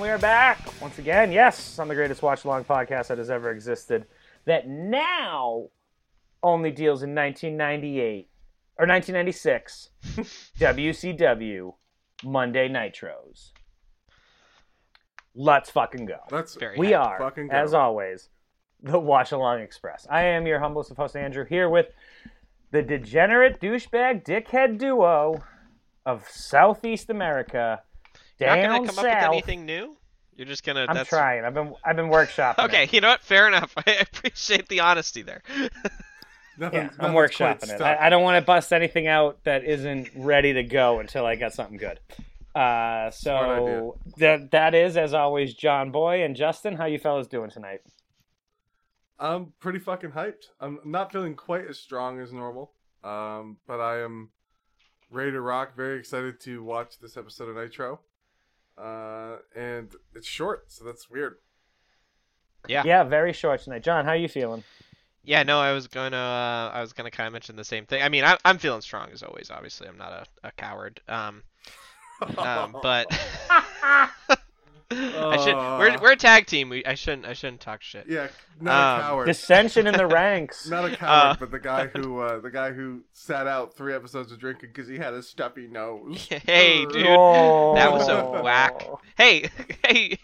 we are back once again. Yes, on the greatest watch along podcast that has ever existed, that now only deals in 1998 or 1996 WCW Monday Nitros. Let's fucking go. That's Very We happy. are, fucking go. as always, the Watch Along Express. I am your humblest of hosts, Andrew, here with the degenerate douchebag dickhead duo of Southeast America. You're Down not gonna come south. up with anything new. You're just gonna. I'm that's... trying. I've been I've been workshopping. Okay, It. you know what? Fair enough. I appreciate the honesty there. Nothing, Yeah, I'm nothing's quite workshopping it. stuck. I, I don't want to bust anything out that isn't ready to go until I got something good. Uh, so that that is as always, John Boy and Justin. How you fellas doing tonight? I'm pretty fucking hyped. I'm not feeling quite as strong as normal, um, but I am ready to rock. Very excited to watch this episode of Nitro. Uh, and it's short, so that's weird. Yeah. yeah, very short tonight. John, how you feeling? Yeah, no, I was gonna, uh, I was gonna kind of mention the same thing. I mean, I, I'm feeling strong as always. Obviously, I'm not a, a coward. Um, um, but I should. We're, Aw. we're a tag team. We, I shouldn't. I shouldn't talk shit. yeah, not Um, a coward. Dissension in the ranks. Not a coward, Uh. but the guy who uh, the guy who sat out three episodes of drinking because he had a stuffy nose. hey, dude. Oh. That was a whack. Hey, hey.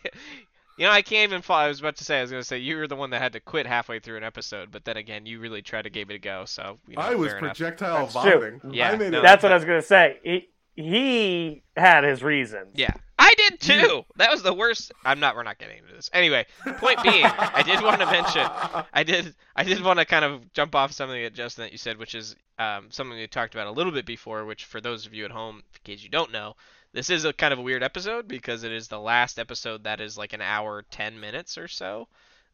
You know, I can't even follow. I was about to say, I was gonna say you were the one that had to quit halfway through an episode, but then again, you really tried to give it a go. So you know, I was fair enough. projectile That's true. vomiting. Yeah, I made no, it. That's what I was gonna say. He, he had his reasons. Yeah. I did too. That was the worst. I'm not. We're not getting into this. Anyway, point being, I did want to mention. I did. I did want to kind of jump off something that Justin that you said, which is um, something we talked about a little bit before. Which for those of you at home, in case you don't know, this is a kind of a weird episode because it is the last episode that is like an hour ten minutes or so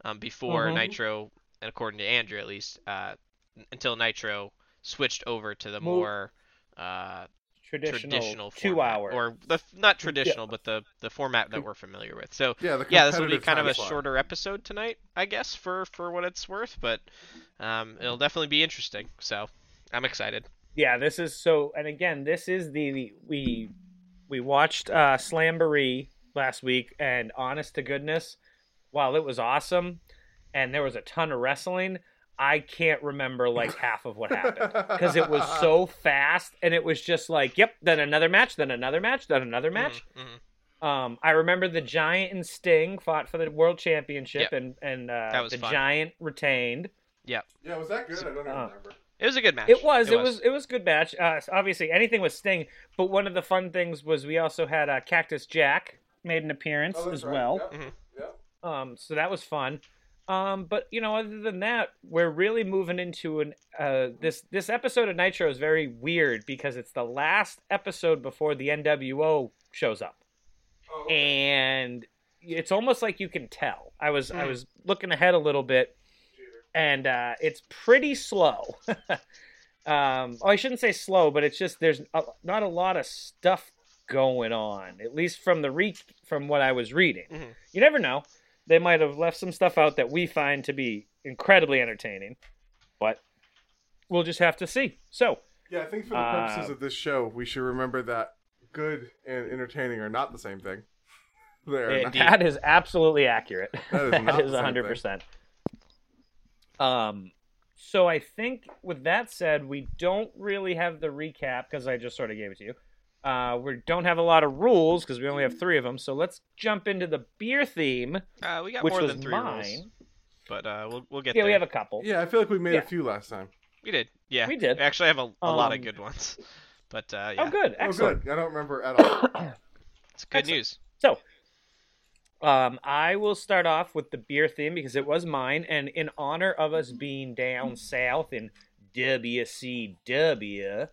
um, before Mhm. Nitro, and according to Andrew at least, uh, n- until Nitro switched over to the Well- more. Uh, Traditional, traditional, two format, hour. or the not traditional but the the format that we're familiar with so Yeah, the yeah this will be competitive kind of time a slot. shorter episode tonight i guess for for what it's worth but um it'll definitely be interesting so i'm excited yeah this is so and again this is the, the we we watched uh slamboree last week and honest to goodness while it was awesome and there was a ton of wrestling i can't remember like half of what happened because it was so fast and it was just like yep then another match then another match then another match Mm, mhm. um, I remember the Giant and Sting fought for the World Championship, Yep. and and uh, That was the fun. Giant retained. Yeah, was that good? I don't even Uh, remember. Oh, it was a good match It was, it was, it was, good match. Uh, obviously, anything with Sting, but one of the fun things was we also had uh, Cactus Jack made an appearance Oh, that's as right. well. Yep. Mhm. Yep. Um, so that was fun. Um, but you know, other than that, we're really moving into an uh, this this episode of Nitro is very weird because it's the last episode before the NWO shows up Oh, okay. and it's almost like you can tell. I was I Hmm. was looking ahead a little bit, and uh, it's pretty slow. um, oh, I shouldn't say slow, but it's just there's a, not a lot of stuff going on. At least from the re- from what I was reading, Mhm. you never know. They might have left some stuff out that we find to be incredibly entertaining, but we'll just have to see. So Yeah, I think for the Uh, purposes of this show, we should remember that good and entertaining are not the same thing. There. It- that is absolutely accurate. That is not That the is same hundred percent. Um, so I think with that said, we don't really have the recap because I just sort of gave it to you. Uh, we don't have a lot of rules because we only have three of them. So let's jump into the beer theme, uh, we got which more was than three mine. rules, but uh we'll, we'll get Yeah, there we have a couple. Yeah, I feel like we made Yeah. a few last time. we did yeah We did. actually I have a, a lot of Um, good ones but uh yeah Oh, good, Oh, excellent. good. I don't remember at all. it's good excellent. news So, um, I will start off with the beer theme because it was mine, and in honor of us being down south in WCW,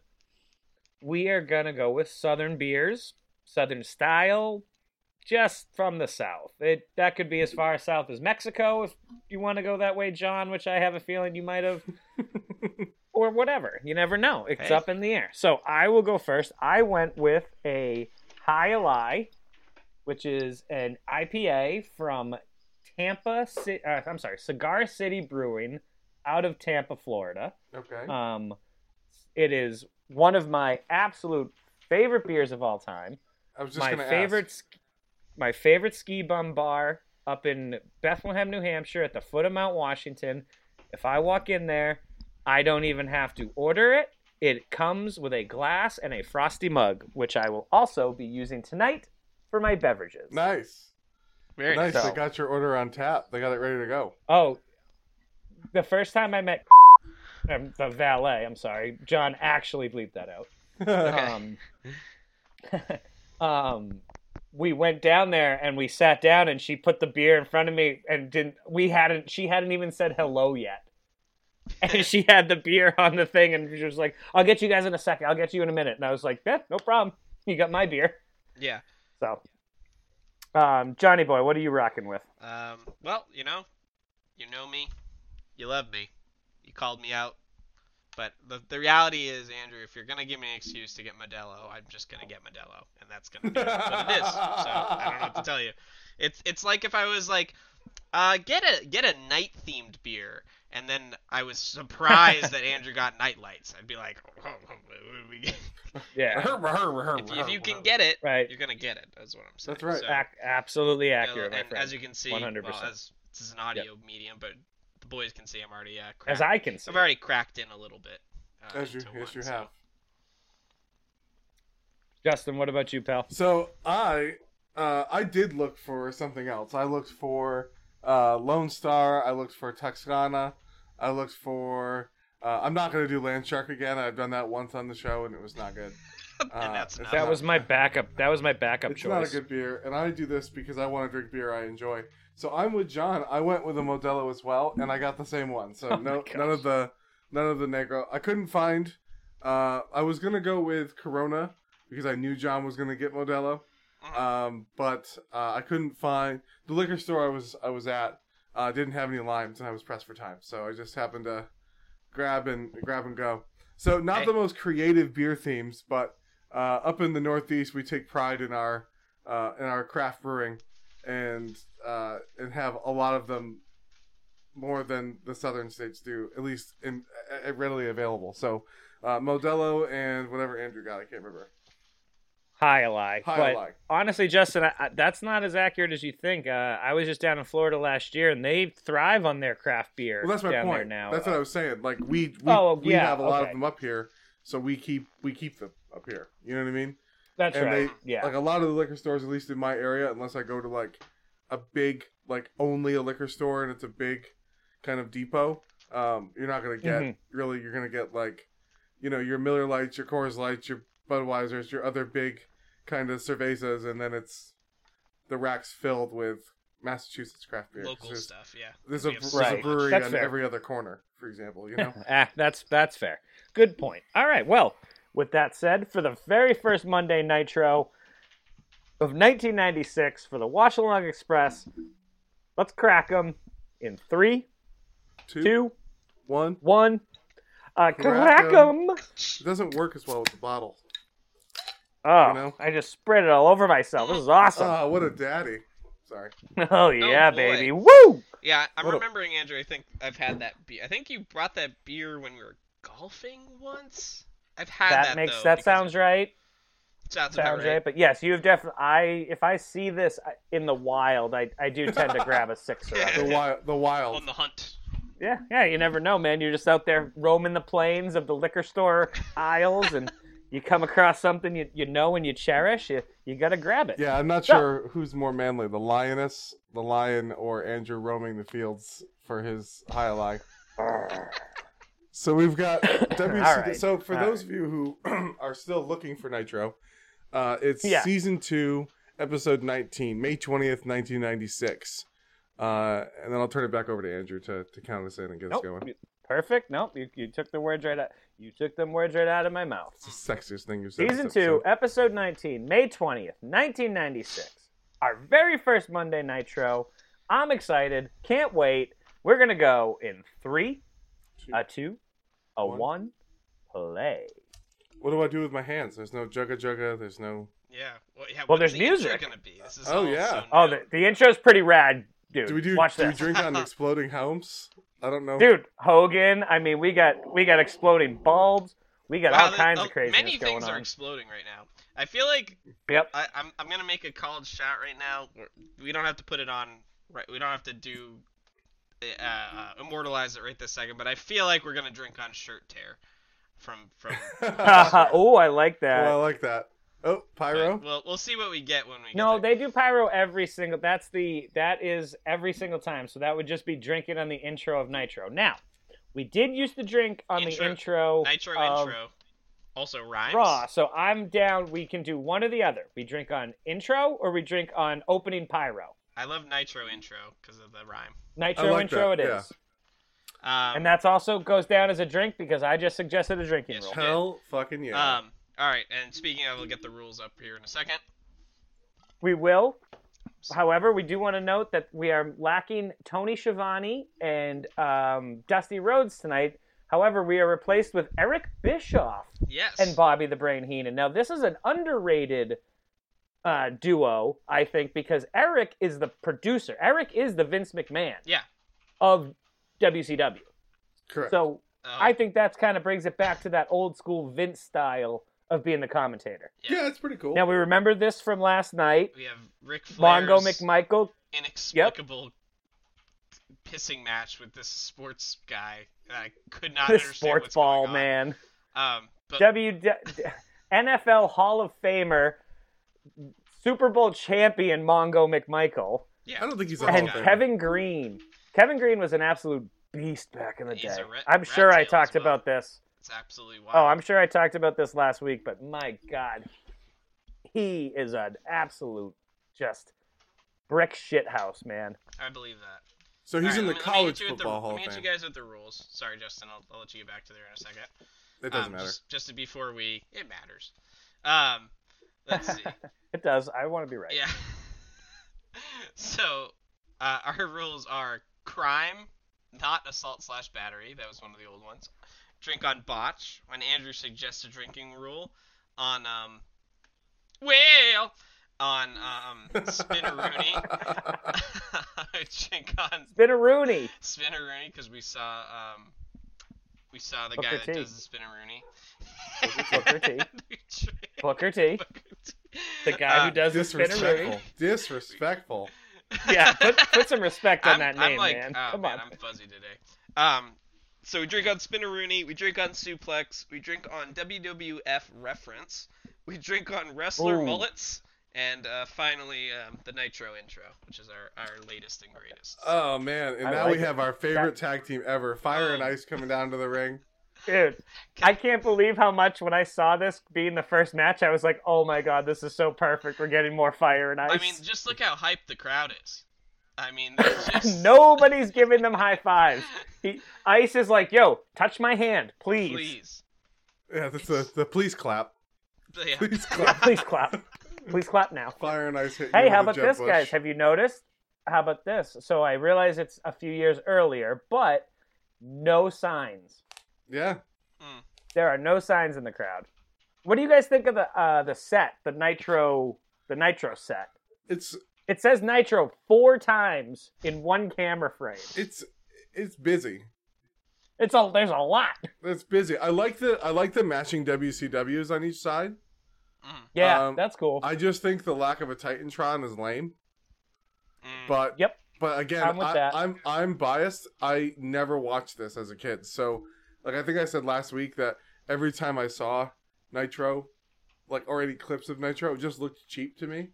we are gonna go with Southern beers, Southern style, just from the south. It that could be as far south as Mexico if you want to go that way, John, which I have a feeling you might have. Or whatever. You never know. It's Hey. up in the air. So I will go first. I went with a High Lie, which is an IPA from Tampa. Ci- Uh, I'm sorry, Cigar City Brewing, out of Tampa, Florida. Okay. Um, it is one of my absolute favorite beers of all time. I was just my gonna favorite. s- my favorite ski bum bar up in Bethlehem, New Hampshire, at the foot of Mount Washington. If I walk in there, I don't even have to order it. It comes with a glass and a frosty mug, which I will also be using tonight for my beverages. Nice. Very nice. nice. They got your order on tap. They got it ready to go. Oh, the first time I met um, the valet, I'm sorry, John actually bleeped that out. Um, um, we went down there and we sat down, and she put the beer in front of me, and didn't we hadn't she hadn't even said hello yet, and she had the beer on the thing, and she was like, "I'll get you guys in a second. I'll get you in a minute," and I was like, "Yeah, no problem. You got my beer." Yeah. So, um, Johnny boy, what are you rocking with? Um, well, you know, you know me, you love me, you called me out, but the the reality is, Andrew, if you're gonna give me an excuse to get Modelo, I'm just gonna get Modelo, and that's gonna be what it is. So I don't know what to tell you. It's it's like if I was like, uh, get a get a night themed beer, and then I was surprised that Andrew got night lights. I'd be like, Yeah, if, if you can get it, right. you're gonna get it. That's what I'm saying. That's right. So- Ac- absolutely yeah, accurate, my and friend. as you can see, 100%. well, as this is an audio medium, but the boys can see I'm already uh, As cracked. I can see. I've already cracked in a little bit. uh, As you, into yes, one, you so- have. Justin, what about you, pal? So I, uh, I did look for something else. I looked for uh, Lone Star. I looked for Texana. I looked for. Uh, I'm not gonna do Land Shark again. I've done that once on the show and it was not good. Uh, and that's it's enough. That was my backup. That was my backup it's choice. not a good beer, and I do this because I want to drink beer I enjoy. So I'm with John. I went with a Modelo as well, and I got the same one. So Oh my no, gosh. none of the none of the Negro. I couldn't find. Uh, I was gonna go with Corona because I knew John was gonna get Modelo, Mm-hmm. um, but uh, I couldn't find the liquor store I was I was at. Uh, didn't have any limes, and I was pressed for time, so I just happened to grab and grab and go. So not Hey. the most creative beer themes, but uh, up in the Northeast, we take pride in our uh, in our craft brewing, and uh, and have a lot of them more than the southern states do, at least in uh, readily available. So uh, Modelo and whatever Andrew got, I can't remember. High lie. High but Life. honestly, Justin, I, I, that's not as accurate as you think. Uh, I was just down in Florida last year, and they thrive on their craft beer. Well, that's my down point. There now, uh, That's what I was saying. Like we, we, Oh, we yeah, have a lot of okay. them up here, so we keep we keep them up here. You know what I mean? That's and right. they- yeah. Like a lot of the liquor stores, at least in my area, unless I go to like a big, like only a liquor store and it's a big kind of depot, um, you're not gonna get Mhm. really. You're gonna get like, you know, your Miller Lights, your Coors Lights, your Budweisers, your other big kind of cervezas, and then it's the racks filled with Massachusetts craft beer. 'Cause local there's- stuff. Yeah. There's a, We have there's so a Right. much. brewery That's on fair. every other corner, for example. You know. ah, that's that's fair. Good point. All right. Well, with that said, for the very first Monday Nitro of 1996 for the Washalong Express, let's crack them in three, Two, two, one. one. Uh, Crack crack 'em. 'em. It doesn't work as well with the bottle. Oh, know? I just spread it all over myself. This is awesome. Ah, what a daddy! Sorry. oh yeah, boy. baby. Woo! Yeah, I'm What a- remembering, Andrew. I think I've had that beer. I think you brought that beer when we were golfing once. I've had That, that. makes though, that because- sounds right. sounds about Sounds right. right. But yes, you have definitely. I if I see this I- in the wild, I, I do tend to grab a sixer. of The it. wild. The wild. On the hunt. Yeah, yeah. You never know, man. You're just out there roaming the plains of the liquor store aisles, and you come across something you, you know and you cherish. You you gotta grab it. Yeah, I'm not sure who's more manly, the lioness, the lion, or Andrew roaming the fields for his high lie. so we've got WC. All right, So for all those of you who are still looking for Nitro, uh, it's Yeah. season two, episode 19, May 20th, 1996. Uh, and then I'll turn it back over to Andrew to, to count us in and get Nope. us going. you- Perfect. Nope. You, you took the words right out. You took them words right out of my mouth. It's the sexiest thing you've said. this Season 2, episode. Episode 19, May 20th, 1996. Our very first Monday Nitro. I'm excited. Can't wait. We're going to go in three, a two, a One. one, play. What do I do with my hands? There's no jugga jugga. There's no. Yeah. Well, yeah. Well, what's there's the intro music. Gonna be. This is Oh, all yeah. so Oh, new. the, the intro's pretty rad, dude. Do we do? Watch do we this. drink on exploding helms? I don't know. Dude, Hogan, I mean, we got we got exploding bulbs. We got Wow, all there- kinds oh, of craziness Many going things on. are exploding right now. I feel like Yep. I, I'm I'm gonna make a called shot right now. We don't have to put it on. Right, we don't have to do uh, uh, immortalize it right this second. But I feel like we're gonna drink on shirt tear from from. uh, oh, I like that. well, I like that. Oh, Pyro. We'll we'll see what we get when we. no, get they do pyro every single. That's the that is every single time. So that would just be drinking on the intro of Nitro. Now, we did use the drink on Intro- the intro. there. nitro of intro. Also rhymes. Raw. So I'm down. We can do one or the other. We drink on intro or we drink on opening pyro. I love nitro intro because of the rhyme. Nitro like intro that, it is. yeah. Um, And that's also goes down as a drink because I just suggested a drinking Yes, rule. you Hell fucking yeah. Um. All right. And speaking of, we'll get the rules up here in a second. We will. However, we do want to note that we are lacking Tony Schiavone and um, Dusty Rhodes tonight. However, we are replaced with Eric Bischoff Yes. and Bobby the Brain Heenan. Now, this is an underrated uh, duo, I think, because Eric is the producer. Eric is the Vince McMahon Yeah. of WCW. Correct. So Um, I think that's kind of brings it back to that old school Vince style of being the commentator. yeah, it's pretty cool. Now, we remember this from last night. we have Rick Flair's Mongo McMichael inexplicable pissing match with this sports guy that I could not this understand sports what's ball going on. man. Um, but W D- NFL Hall of Famer, Super Bowl champion Mongo McMichael, yeah, I don't think he's a sports Hall and of guy. Famer. Kevin Green. Kevin Green was an absolute beast back in the He's day. a rat- I'm sure I rat tail as talked well. about this. It's absolutely wild. Oh, I'm sure I talked about this last week, but my God, he is an absolute just brick shit house, man. I believe that. so he's All right, in the let me- let me hit college you with the- football hall Let of me hit fame. you guys with the rules. Sorry, Justin. I'll, I'll let you get back to there in a second. It doesn't um, matter. Just, just before we, it matters. Um, let's see. It does. I want to be right. Yeah. so, uh, our rules are crime, not assault slash battery. That was one of the old ones. Drink on botch when Andrew suggests a drinking rule. On um, well, on um, spinneroonie. drink on Been a Rooney. spinneroonie because we saw um, we saw the guy Booker that T. does the spinneroonie. Booker T. Booker T. The guy Uh, who does the spinneroonie. Disrespectful. Disrespectful. Yeah, put, put some respect on that name, like, man. oh, Come on. I'm fuzzy today. Um, so we drink on Spinneroonie, we drink on Suplex, we drink on WWF reference, we drink on Wrestler Ooh. Mullets, and uh, finally um, the Nitro intro, which is our, our latest and greatest. Oh man! And I now like we it. have our favorite tag team ever, Fire and Oh. Ice, coming down to the ring. Dude, I can't believe how much when I saw this being the first match, I was like, "Oh my god, this is so perfect. We're getting more fire and ice." I mean, just look how hyped the crowd is. I mean, there's just, nobody's giving them high fives. He, ice is like, "Yo, touch my hand, please, please, please. Yeah, that's the the police clap. Yeah. Please clap. clap, please clap now." Fire and Ice hit. you Hey, with how a about jump this, bush. guys? Have you noticed? How about this? So I realize it's a few years earlier, but no signs. Yeah. There are no signs in the crowd. What do you guys think of the uh, the set, the Nitro, the Nitro set? It's It says Nitro four times in one camera frame. it's it's busy. It's a there's a lot. It's busy. I like the I like the matching WCWs on each side. Mm, Yeah, Um, that's cool. I just think the lack of a Titantron is lame. mm. But Yep. But again, I'm with I, that. I'm I'm biased. I never watched this as a kid, so like I think I said last week that every time I saw Nitro, like already clips of Nitro, it just looked cheap to me.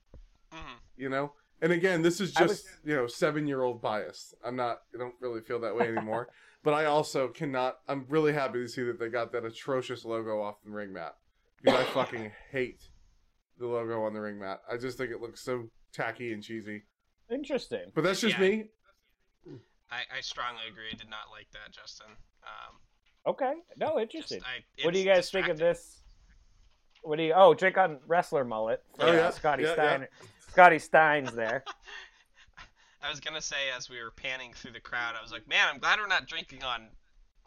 Mhm. You know. And again, this is I just you know seven year old bias. I'm not. I don't really feel that way anymore. but I also cannot. I'm really happy to see that they got that atrocious logo off the ring mat because I fucking hate the logo on the ring mat. I just think it looks so tacky and cheesy. Interesting. But that's just Yeah. me. I, I strongly agree. I did not like that, Justin. Um, Okay. No, just, interesting. I, what do it's you guys think of distracting. this? What do you? Oh, drink on wrestler mullet. Oh, yeah. Scotty Yeah, Stein. Scotty Stein's there. I was gonna say as we were panning through the crowd, I was like, man, I'm glad we're not drinking on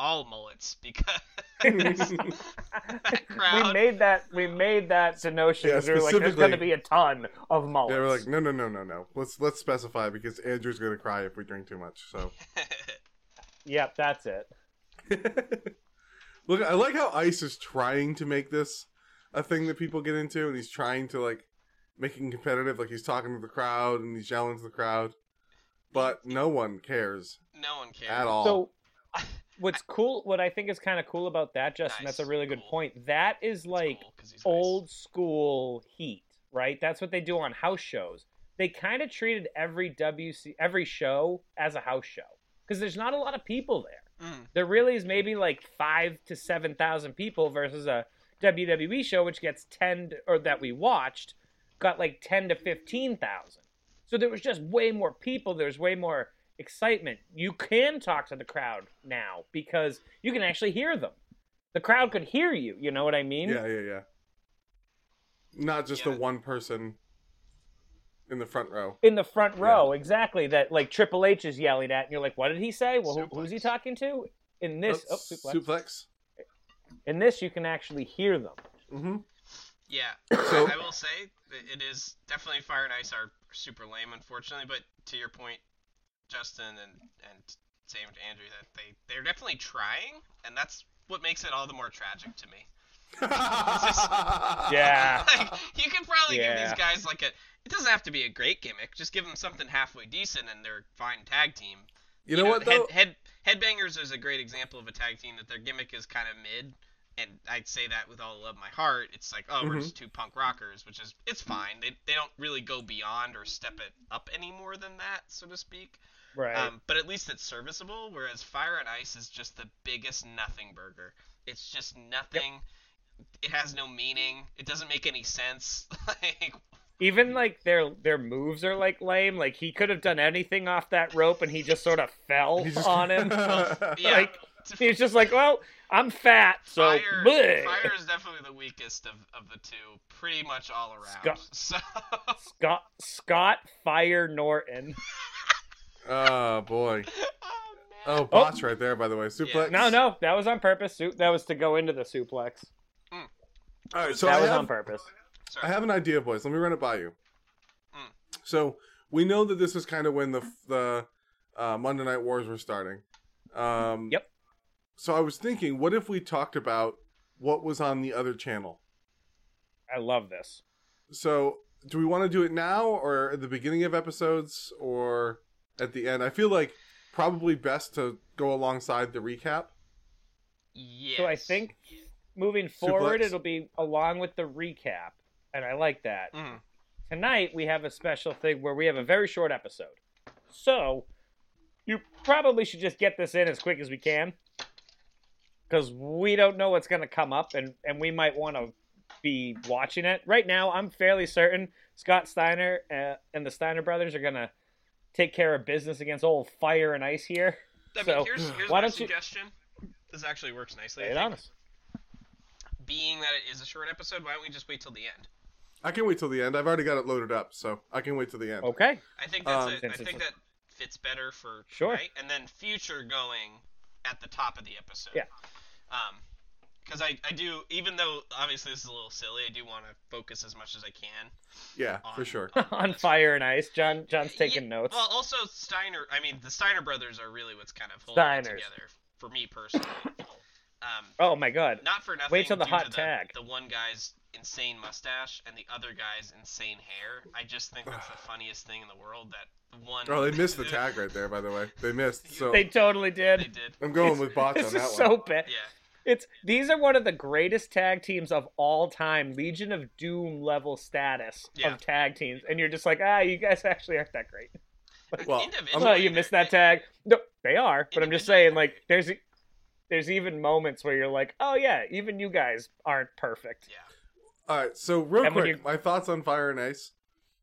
all mullets because that we crowd. made that. We made that to notion. Yeah, 'cause we were like, there's going to specifically- be a ton of mullets. Yeah, we're like, no, no, no, no, no. Let's let's specify because Andrew's gonna cry if we drink too much. So Yep, that's it. look, I like how Ice is trying to make this a thing that people get into, and he's trying to like making competitive, like he's talking to the crowd and he's yelling to the crowd, but no one cares No one cares. at all. So what's cool what I think is kind of cool about that, Justin, that's Nice, a really good cool. point. That is It's like cool 'cause he's nice. old school heat, right? That's what they do on house shows. They kind of treated every WC every show as a house show because there's not a lot of people there. Mm, There really is maybe like five to seven thousand people versus a WWE show which gets ten to- or that we watched got like ten to fifteen thousand. So there was just way more people. There's way more excitement. You can talk to the crowd now because you can actually hear them. The crowd could hear you. You know what I mean? yeah, yeah, yeah. Not just Yeah. the one person in the front row. in the front row, exactly. That like Triple H is yelling at, and you're like, "What did he say? Well, who, who's he Suplex. talking to?" In this, oh, That's suplex. suplex. In this, you can actually hear them. hmm yeah. So- I will say that it is definitely Fire and Ice are super lame, unfortunately. But to your point, Justin and and same to Andrew, that they they're definitely trying, and that's what makes it all the more tragic to me. Yeah. like you could probably give Yeah. these guys like a. It doesn't have to be a great gimmick. Just give them something halfway decent, and they're a fine tag team. You know what though? Head, head, headbangers is a great example of a tag team that their gimmick is kind of mid, and I'd say that with all the love of my heart. It's like, oh, we're Mhm. just two punk rockers, which is it's fine. They they don't really go beyond or step it up any more than that, so to speak. Right. Um, but at least it's serviceable. Whereas Fire and Ice is just the biggest nothing burger. It's just nothing. It has no meaning. It doesn't make any sense. like Even like their their moves are like lame. Like he could have done anything off that rope, and he just sort of fell He just- on him. yeah. Like, He's just like, "Well, I'm fat, so Fire, bleh." Fire is definitely the weakest of, of the two, pretty much all around. Scott- So Scott Scott Fire Norton. oh boy. Oh, man. Uh, Oh, botch right there. By the way, suplex. No, no, that was on purpose. Su- That was to go into the suplex. All right, so that I was have- on purpose. Sorry. I have an idea, boys. Let me run it by you. Mm. So we know that this is kind of when the the uh, Monday Night Wars were starting. Um, Yep. So I was thinking, what if we talked about what was on the other channel? I love this. So do we want to do it now, or at the beginning of episodes, or at the end? I feel like probably best to go alongside the recap. Yes. So I think moving forward, Suplex. it'll be along with the recap, and I like that. Mm. Tonight we have a special thing where we have a very short episode, so you probably should just get this in as quick as we can, because we don't know what's going to come up, and and we might want to be watching it right now. I'm fairly certain Scott Steiner uh, and the Steiner brothers are going to take care of business against old Fire and Ice here. I mean, so, here's, here's why my don't you- suggestion. This actually works nicely. I Stay think. honest. Being that it is a short episode, why don't we just wait till the end? I can wait till the end. I've already got it loaded up, so I can wait till the end. Okay. I think that's Um, it. Since I it's think a- that fits better for Sure. right? and then future going at the top of the episode. Yeah. Um, because I, I do even though obviously this is a little silly, I do want to focus as much as I can Yeah, on for sure. on fire and ice. John John's Yeah, taking notes. Well, also Steiner. I mean, the Steiner brothers are really what's kind of holding it Steiners. together for me personally. um, oh my god. not for nothing. Wait till the due hot to tag. The one guy's insane mustache and the other guy's insane hair. I just think that's the funniest thing in the world. That one. Oh, they missed the tag right there. By the way, they missed. So They totally they did. did. I'm going with botch This on that is one. so bad. Yeah. It's these are one of the greatest tag teams of all time, Legion of Doom level status Yeah. of tag teams, and you're just like, ah, you guys actually aren't that great. Well, Individually, I'm- Oh, you missed that they're- tag. No, they are, but I'm just Individually. saying, like, there's e, there's even moments where you're like, oh yeah, even you guys aren't perfect. Yeah. All right, so real And when quick, you- my thoughts on Fire and Ice.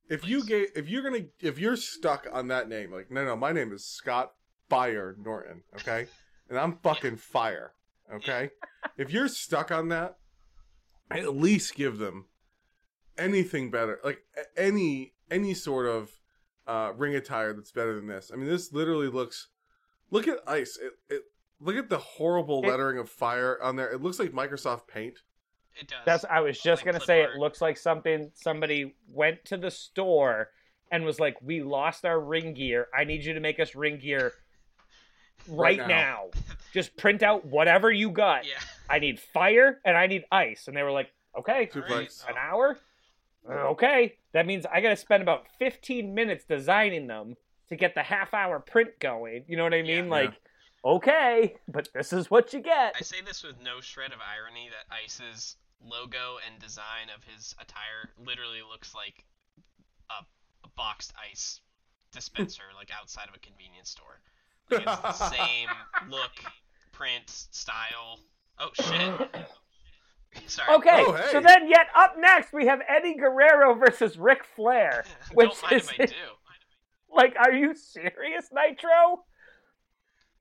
If you Please. gave, if you're gonna, if you're stuck on that name, like no, no, my name is Scott Fire Norton, okay, and I'm fucking fire, okay. if you're stuck on that, at least give them anything better, like a- any any sort of uh, ring attire that's better than this. I mean, this literally looks. Look at Ice. It, it look at the horrible It- lettering of fire on there. It looks like Microsoft Paint. It does. That's I was just Like gonna say clipart. it looks like something somebody went to the store and was like, We lost our ring gear. I need you to make us ring gear right, Right now. Just print out whatever you got. yeah. I need fire and I need ice. And they were like, Okay. Suplex. Alright. An hour? Oh, Okay. That means I got to spend about 15 minutes designing them to get the half hour print going. You know what I Yeah. mean? Yeah. Like, okay, but this is what you get. I say this with no shred of irony that Ice's logo and design of his attire literally looks like a, a boxed ice dispenser, like outside of a convenience store. Like it's the same look, print, style. Oh shit. Sorry. Okay. Oh, hey. So then, yet up next, we have Eddie Guerrero versus Ric Flair. Which Don't mind is if I do. like, are you serious, Nitro?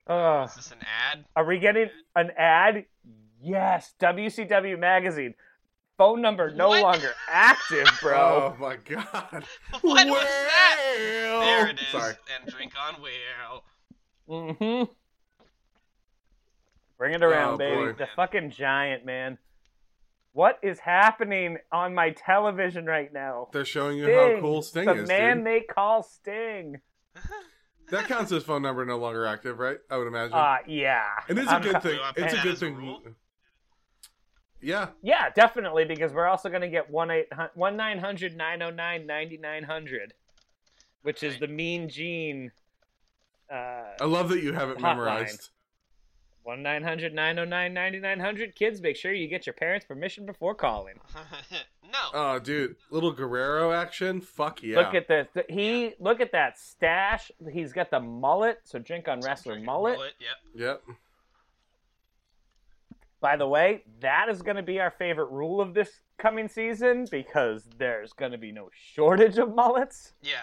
Uh, Is this an ad? Are we getting an ad? Yes, WCW magazine. Phone number no What? longer active, bro. Oh my god. What was that? Well. There it is. Sorry. And drink on wheel. Mm-hmm. Bring it around, Oh, baby. boy. The fucking giant, man. What is happening on my television right now? They're showing you how Sting, cool Sting the is. man dude. they call Sting. That counts as phone number no longer active, right? I would imagine. Uh, yeah. and it's a I'm- good thing. Do I put It's a that good as a thing. rule? Yeah. Yeah, definitely, because we're also going to get 1 900 909 9900, which is Right. the mean gene. Uh, I love that you have it Hotline. memorized. 1 900 909 9900. Kids, make sure you get your parents' permission before calling. no. Oh, dude. Little Guerrero action. Fuck yeah. Look at this. th- He look at that stash. He's got the mullet. So drink on wrestler Drink mullet. Yep. Yep. By the way, that is going to be our favorite rule of this coming season because there's going to be no shortage of mullets. Yeah.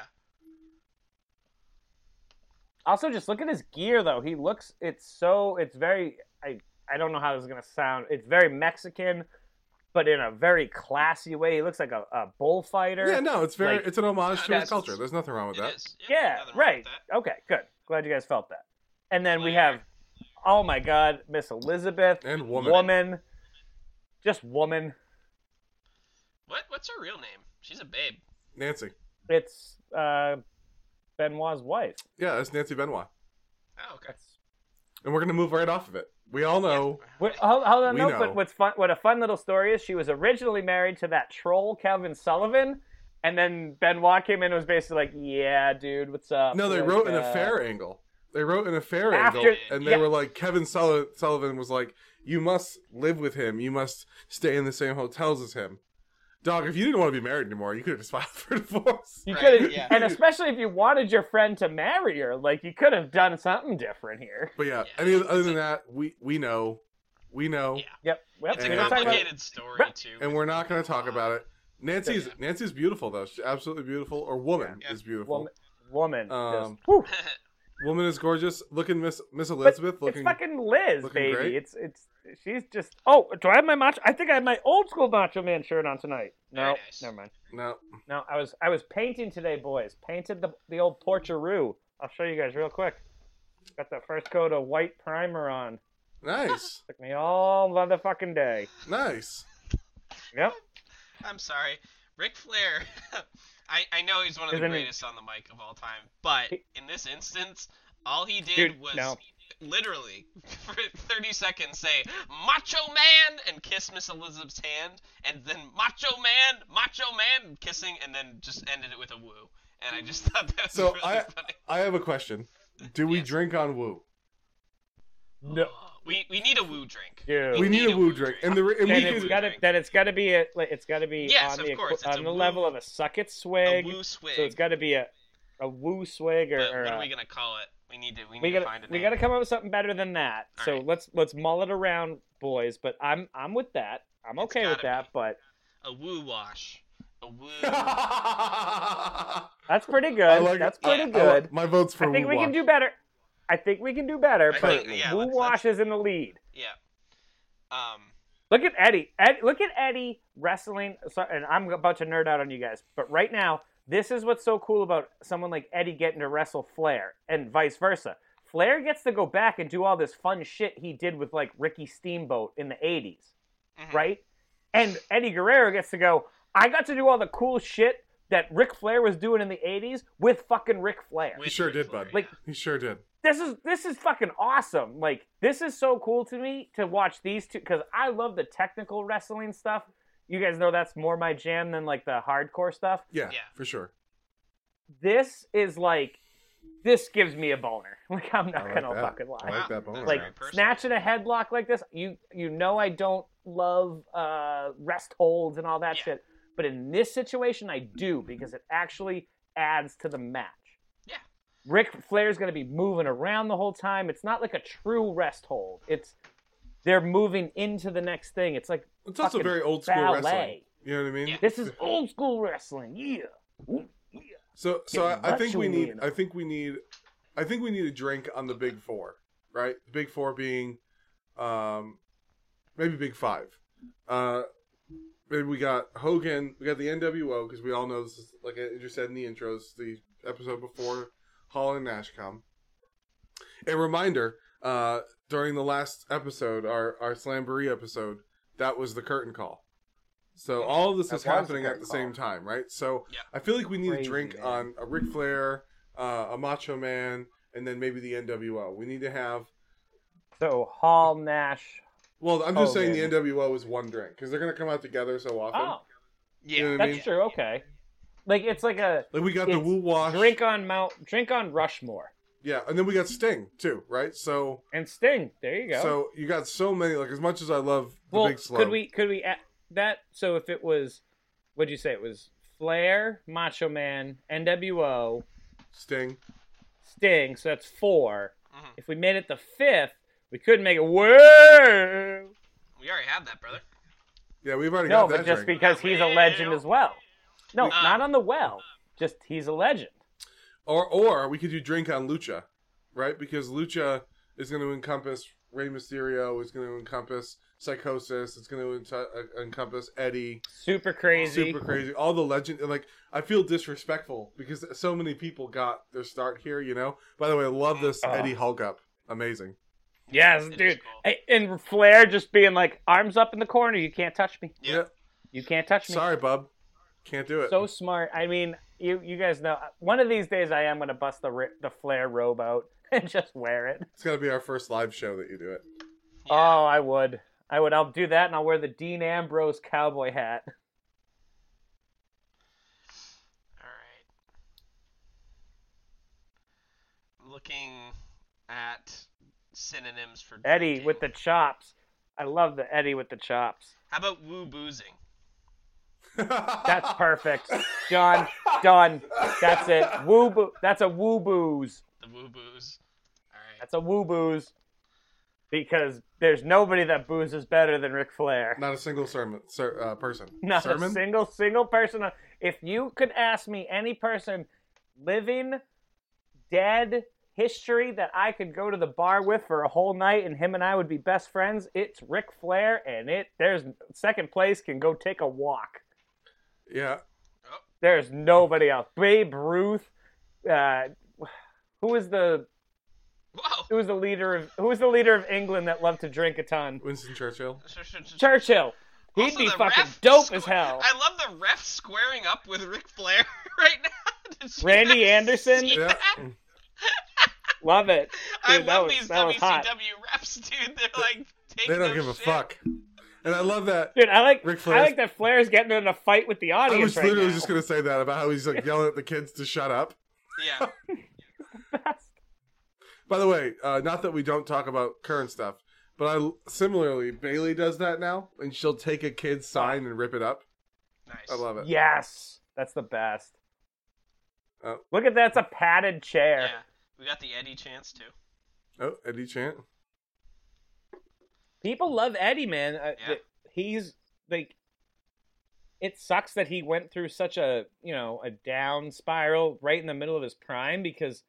Also, just look at his gear though. He looks. It's so. It's very. I. I don't know how this is gonna sound. It's very Mexican, but in a very classy way. He looks like a, a bullfighter. Yeah, no, it's very. Like- it's an homage to Yeah, his that's- culture. There's nothing wrong with It that. is. Yep, Yeah, nothing wrong with right. that. Okay. Good. Glad you guys felt that. And then we Flair. have. Oh my God, Miss Elizabeth. And Mm. woman. Woman. Just woman. What? What's her real name? She's a babe. Nancy. It's uh, Benoit's wife. Yeah, that's Nancy Benoit. Oh, okay. That's And we're gonna move right off of it. We all know. Wait, uh, hold, hold on, We no. know. But what's fun? What a fun little story is. She was originally married to that troll Calvin Sullivan, and then Benoit came in and was basically like, "Yeah, dude, what's up?" No, they Like, wrote an uh, affair angle. They wrote an affair After- angle, and they yeah. were like, Kevin Sulli- Sullivan was like, "You must live with him. You must stay in the same hotels as him." Dog, if you didn't want to be married anymore, you could have just filed for divorce. You Right, could have, yeah. and especially if you wanted your friend to marry her, like you could have done something different here. But yeah, Yeah. any other than that, we we know, we know, Yeah. Yep. Well, It's a we're And- gonna talk about- complicated story Right. too. and we're not going to talk about it. Nancy's Yeah. Nancy's beautiful though. She's absolutely beautiful. Or woman Yeah. is beautiful. woman. Woman. Um, just, whew, Woman is gorgeous. Looking Miss Miss Elizabeth. it's looking fucking Liz, looking baby. great. It's it's she's just. Oh, do I have my macho? I think I have my old school Macho Man shirt on tonight. No, Very nice. never mind. no. No, I was I was painting today, boys. Painted the the old porcheroo. I'll show you guys real quick. Got that first coat of white primer on. Nice, Took me all motherfucking day. nice. Yep. I'm sorry, Ric Flair. I I know he's one of the Isn't he- greatest on the mic of all time, but in this instance, all he did Dude, was. no. Literally, for 30 seconds, say "Macho Man" and kiss Miss Elizabeth's hand, and then "Macho Man, Macho Man" kissing, and then just ended it with a woo. And I just thought that was So really I funny. I have a question. Do we Yes. drink on Woo? No. We we need a woo drink. Dude. We need a Woo drink, and the and Then we need a it's can woo gotta drink. then it's gotta be a like, it's gotta be Yes, on of the course, it's on a the woo- level of a suck it a swig. woo swig. So it's gotta be a a woo swig or, But or what a- are we gonna call it? We need to we need we to gotta find a we name. gotta come up with something better than that. All so right. let's let's mull it around, boys. But I'm I'm with that. I'm It's okay with gotta that. be. But a woo wash. A woo. I that's pretty I good. like- that's I- pretty I good. like- my vote's for I think Woo we Wash. can do better. I think we can do better, I but think- yeah, Woo let's- Wash is in the lead. yeah. Um. Look at Eddie. Ed, look at Eddie wrestling. So, and I'm about to nerd out on you guys, but right now, this is what's so cool about someone like Eddie getting to wrestle Flair and vice versa. Flair gets to go back and do all this fun shit he did with like Ricky Steamboat in the 80s, mhm. right? And Eddie Guerrero gets to go, I got to do all the cool shit that Ric Flair was doing in the 80s with fucking Ric Flair. With sure Ric did, Flair, bud. Like- He sure did. this is this is fucking awesome. Like this is so cool to me to watch these two because I love the technical wrestling stuff. you guys know that's more my jam than like the hardcore stuff. Yeah, Yeah. for sure. This is like this gives me a boner. Like I'm not I like gonna that. fucking lie. I like Wow, that boner. that's like very personal. snatching a headlock like this you you know i don't love uh rest holds and all that Yeah. shit but in this situation i do because it actually adds to the match Yeah. rick flair's going to be moving around the whole time it's not like a true rest hold it's they're moving into the next thing it's like It's also fucking very old school wrestling. ballet You know what I mean? Yeah. this is old school wrestling yeah So, so Getting I, I think we virtually need. enough. I think we need. I think we need a drink on the big four, right? The big four being, um, maybe big five. Uh, maybe we got Hogan. We got the NWO because we all know this is like I just said in the intros, the episode before Hall and Nash come. A reminder. Uh, during the last episode, our our Slamboree episode, that was the curtain call. So all of this That is was the happening at curtain the call. same time, right? So Yeah. I feel like we need a Crazy, drink man. on a Ric Flair, uh, a Macho Man, and then maybe the NWO. We need to have. so hall nash Well, I'm just saying Hogan. the NWO is one drink because they're gonna come out together so often. oh You know Yeah. what I that's mean? true okay like it's like a Like we got the It's Woo Wash, drink on mount drink on rushmore yeah, and then we got Sting too, right? So, and Sting. There you go. so you got so many. Like as much as I love the well, Big Slow, could we could we add that? So if it was, what'd you say? It was Flair, Macho Man, NWO, Sting, Sting. So that's 4 Mhm. If we made it the fifth, we could make it. Whoa! We already have that, brother. yeah, we've already No, got that but just drink. because he's a legend as well. No, We- not on the well. Just he's a legend. Or or we could do drink on Lucha, right? Because Lucha is going to encompass Rey Mysterio, is going to encompass Psychosis, it's going to encompass Eddie, Super crazy. super crazy, all the legend. And like, I feel disrespectful because so many people got their start here. You know. By the way, I love this Oh. Eddie Hulk up, amazing. yes, It is dude. cool. A- And Flair just being like, arms up in the corner. You can't touch me. Yeah. You can't touch me. Sorry, bub, can't do it. so smart. I mean, you you guys know. One of these days, I am gonna bust the ri- the flare robe out and just wear it. it's got to be our first live show that you do it. Yeah. Oh, I would. I would. I'll do that, and I'll wear the Dean Ambrose cowboy hat. All right. Looking at synonyms for Eddie drinking. with the chops. I love the Eddie with the chops. How about woo boozing? That's perfect. Done. Done. That's it. Woo boo. That's a woo booze. The woo booze. All right. That's a woo booze. Because there's nobody that boozes better than Ric Flair. Not a single sermon, ser, uh, person. Not sermon? a single single person. on- If you could ask me any person, living, dead, history that I could go to the bar with for a whole night, and him and I would be best friends, it's Ric Flair, and it there's second place can go take a walk. yeah. There's nobody else. Babe Ruth, uh, who was the Whoa. who was the leader of who was the leader of England that loved to drink a ton? Winston Churchill. Churchill. He'd Also, be the fucking ref dope squ- as hell. I love the ref squaring up with Ric Flair right now. Did you Randy guys Anderson? see Yeah. that? Love it. I Dude, that love was- these that was WCW hot. refs, dude. They're like, take They don't no give a shit. fuck. And I love that. Dude, I like Ric I Flair's- like that Flair's getting in a fight with the I audience. was right literally now. just gonna say that about how he's like yelling at the kids to shut up. Yeah. By the way, uh, not that we don't talk about current stuff, but I similarly Bailey does that now, and she'll take a kid's sign and rip it up. Nice. I love it. yes, that's the best. Oh. Look at that, it's a padded chair. Yeah. We got the Eddie chance too. Oh, Eddie Chant. People love Eddie, man. Uh, Yeah. th- He's like, it sucks that he went through such a you know a down spiral right in the middle of his prime because,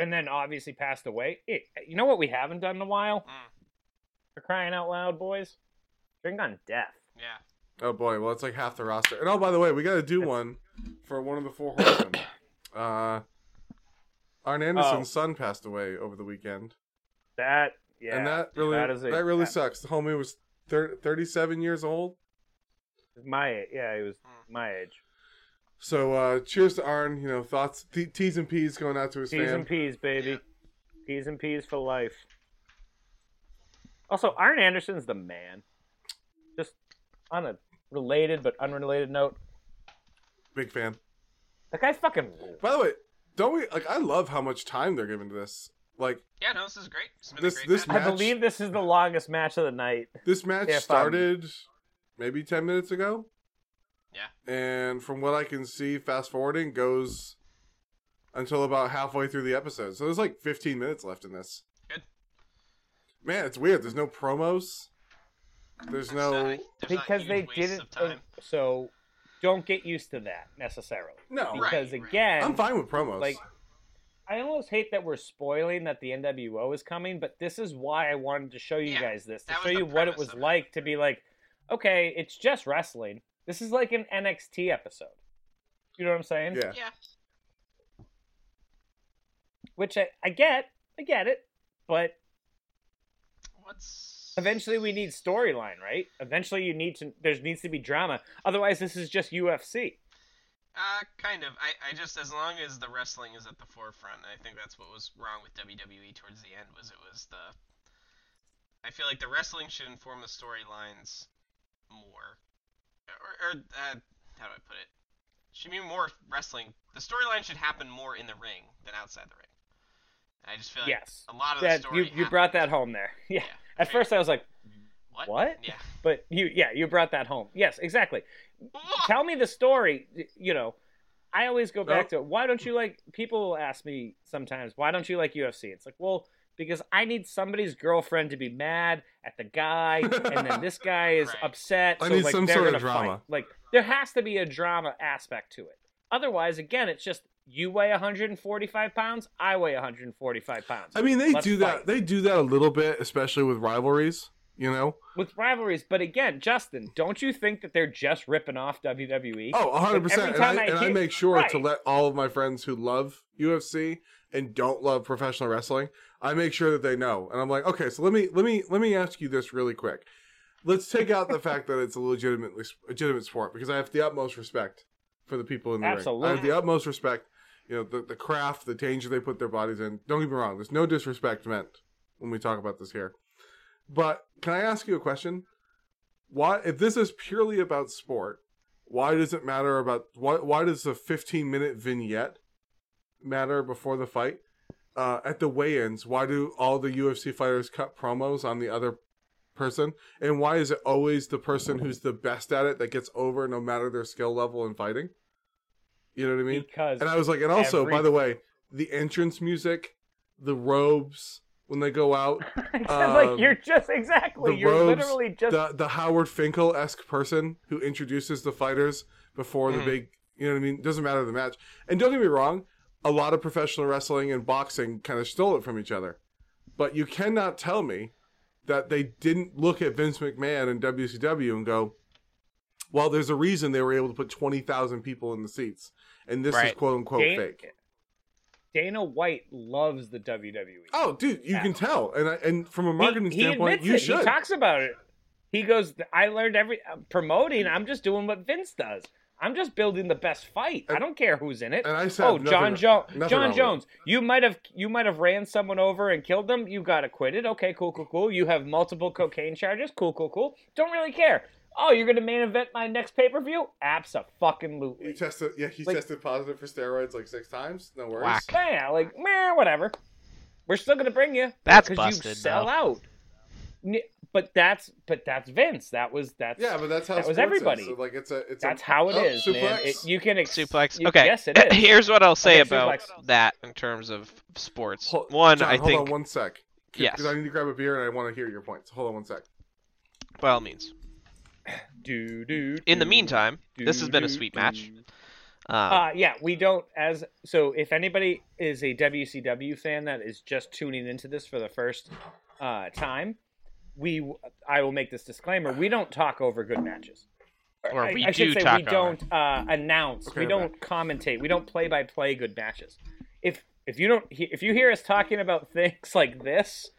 and then obviously passed away. It, you know what we haven't done in a while? Mm. For crying out loud, boys! Drink on death. Yeah. Oh boy, well it's like half the roster. And oh, by the way, we got to do one for one of the four horsemen. Uh, Arn Anderson's Oh. son passed away over the weekend, That yeah. and that really that is a- that really that- sucks. The homie was thir- thirty-seven years old. my yeah, he was Mm. my age. So uh, cheers to Arn. You know, thoughts, t- T's and P's going out to his P's fan. and P's, baby. Yeah. P's and P's for life. Also, Arn Anderson's the man. Just on a related but unrelated note, Big fan. the guy fucking ruled. By the way, don't we like? I love how much time they're giving to this. Like Yeah, no, this is great. This, has been a This- great this time. I match- believe this is the longest match of the night. this match If, um, started maybe ten minutes ago. Yeah. And from what I can see, fast forwarding goes until about halfway through the episode. So there's like 15 minutes left in this. Good. Man, it's weird. There's no promos. There's no. There's not because huge they wastes didn't. Of time. So don't get used to that necessarily. No. Right. Because again, I'm fine with promos. like I almost hate that we're spoiling that the NWO is coming, but this is why I wanted to show you Yeah, guys this to that was show the you what it premise was of it. like to be like, okay, it's just wrestling. This is like an NXT episode. You know what I'm saying? yeah. Yeah. Which I, I get, I get it, but What's eventually we need storyline, right? Eventually you need to. There needs to be drama. Otherwise, this is just UFC. Uh, kind of. I, I just as long as the wrestling is at the forefront, I think that's what was wrong with WWE towards the end was it was the. I feel like the wrestling should inform the storylines more, or, or uh, how do I put it? Should be more wrestling. The storyline should happen more in the ring than outside the ring. I just feel like Yes, a lot of that the story. you you brought that happened- home there. Yeah. Yeah. At first I was like, What? what? Yeah. but you yeah you brought that home. Yes, exactly. tell me the story. You know, I always go back to why don't you like people will ask me sometimes why don't you like UFC? It's like well because I need somebody's girlfriend to be mad at the guy, and then this guy is Right. upset. I so, need like, some they're sort of gonna drama. Fight. Like there has to be a drama aspect to it. Otherwise, again, it's just you weigh 145 pounds, I weigh 145 pounds. I mean, they Let's do that. fight. They do that a little bit, especially with rivalries. You know? with rivalries. But again, Justin, don't you think that they're just ripping off E? WWE? Oh, 100. percent Every And, I, time I and I hear- make sure to Right. let all of my friends who love UFC and don't love professional wrestling, I make sure that they know. And I'm like, okay, so let me let me let me ask you this really quick. Let's take out the fact that it's a legitimately legitimate sport because I have the utmost respect for the people in the ring. I have Absolutely. the utmost respect. You know, the, the craft, the danger they put their bodies in. Don't get me wrong. There's no disrespect meant when we talk about this here. But can I ask you a question? Why, if this is purely about sport, why does it matter about why? Why does the 15 minute vignette matter before the fight? Uh, at the weigh-ins, why do all the UFC fighters cut promos on the other person, and why is it always the person who's the best at it that gets over, no matter their skill level in fighting? You know what I mean? because And I was like, and also, every- by the way, the entrance music, the robes when they go out, It's like Um, you're just exactly the you're robes, literally just the the Howard Finkel esque person who introduces the fighters before the Hmm. Mhm. big, you know what I mean? Doesn't matter the match. And don't get me wrong, a lot of professional wrestling and boxing kind of stole it from each other, but you cannot tell me that they didn't look at Vince McMahon and WCW and go, well, there's a reason they were able to put twenty thousand people in the seats, and this is Right. quote unquote Dan- Oh, fake. Dana White loves the WWE. Oh, dude, you Yeah. can tell, and I, and from a marketing he, he standpoint, admits you it. should. He talks about it. He goes, "I learned every I'm promoting. I'm just doing what Vince does. I'm just building the best fight. I don't care who's in it." and I said, Oh, nothing- John Jones. nothing wrong John Jones. with it. You might have you might have ran someone over and killed them. You got acquitted. Okay, cool, cool, cool. You have multiple cocaine charges. Cool, cool, cool. Don't really care. Oh, you're gonna main event my next pay per view? He Absolutely. tested, yeah, he Like- tested positive for steroids like six times. No worries. Whack. Yeah, like meh, whatever. We're still gonna bring you. That's because you busted, sell though. out. N- But that's but that's Vince. That was that's Yeah, but that's how That was sports everybody. Is. So, like it's a, it's that's a, how it oh, is, man. suplex. It, you can ex- Suplex. you- okay. Yes, it is. Here's what I'll say Okay, about suplex. that in terms of sports. Hol- One, John, I hold think on one sec. Yes. Because I need to grab a beer and I want to hear your points. Hold on one sec. by all means. Do, do, In the do, meantime, this has do, been a do, sweet do. match. Um, Uh, yeah, we don't as so. If anybody is a WCW fan that is just tuning into this for the first uh, time, we I will make this disclaimer: we don't talk over good matches. Or I, we I should do say talk we over. don't uh, announce, Okay, we I'm don't commentate, we don't play by play good matches. If if you don't he- if you hear us talking about things like this